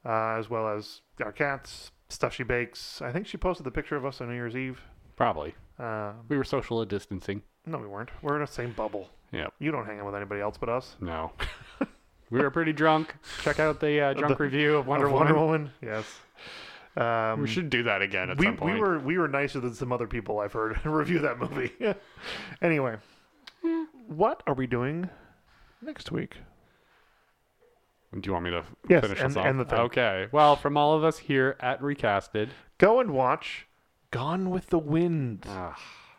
Speaker 2: uh, as well as our cats, stuff she bakes. I think she posted the picture of us on New Year's Eve.
Speaker 1: Probably.
Speaker 2: Uh,
Speaker 1: We were social distancing.
Speaker 2: no, we weren't. We're in the same bubble.
Speaker 1: Yep.
Speaker 2: You don't hang out with anybody else but us.
Speaker 1: No. we were pretty drunk. Check out the uh, drunk
Speaker 2: The-
Speaker 1: review of Wonder,
Speaker 2: Of
Speaker 1: Woman.
Speaker 2: Woman. Yes. Um,
Speaker 1: We should do that again at
Speaker 2: we,
Speaker 1: some point.
Speaker 2: we were we were nicer than some other people I've heard review that movie. anyway, what are we doing next week?
Speaker 1: Do you want me to
Speaker 2: Yes,
Speaker 1: finish
Speaker 2: and-
Speaker 1: this off?
Speaker 2: and the thing.
Speaker 1: Okay. Well, from all of us here at Recasted,
Speaker 2: Go and watch Gone with the Wind.
Speaker 1: ah,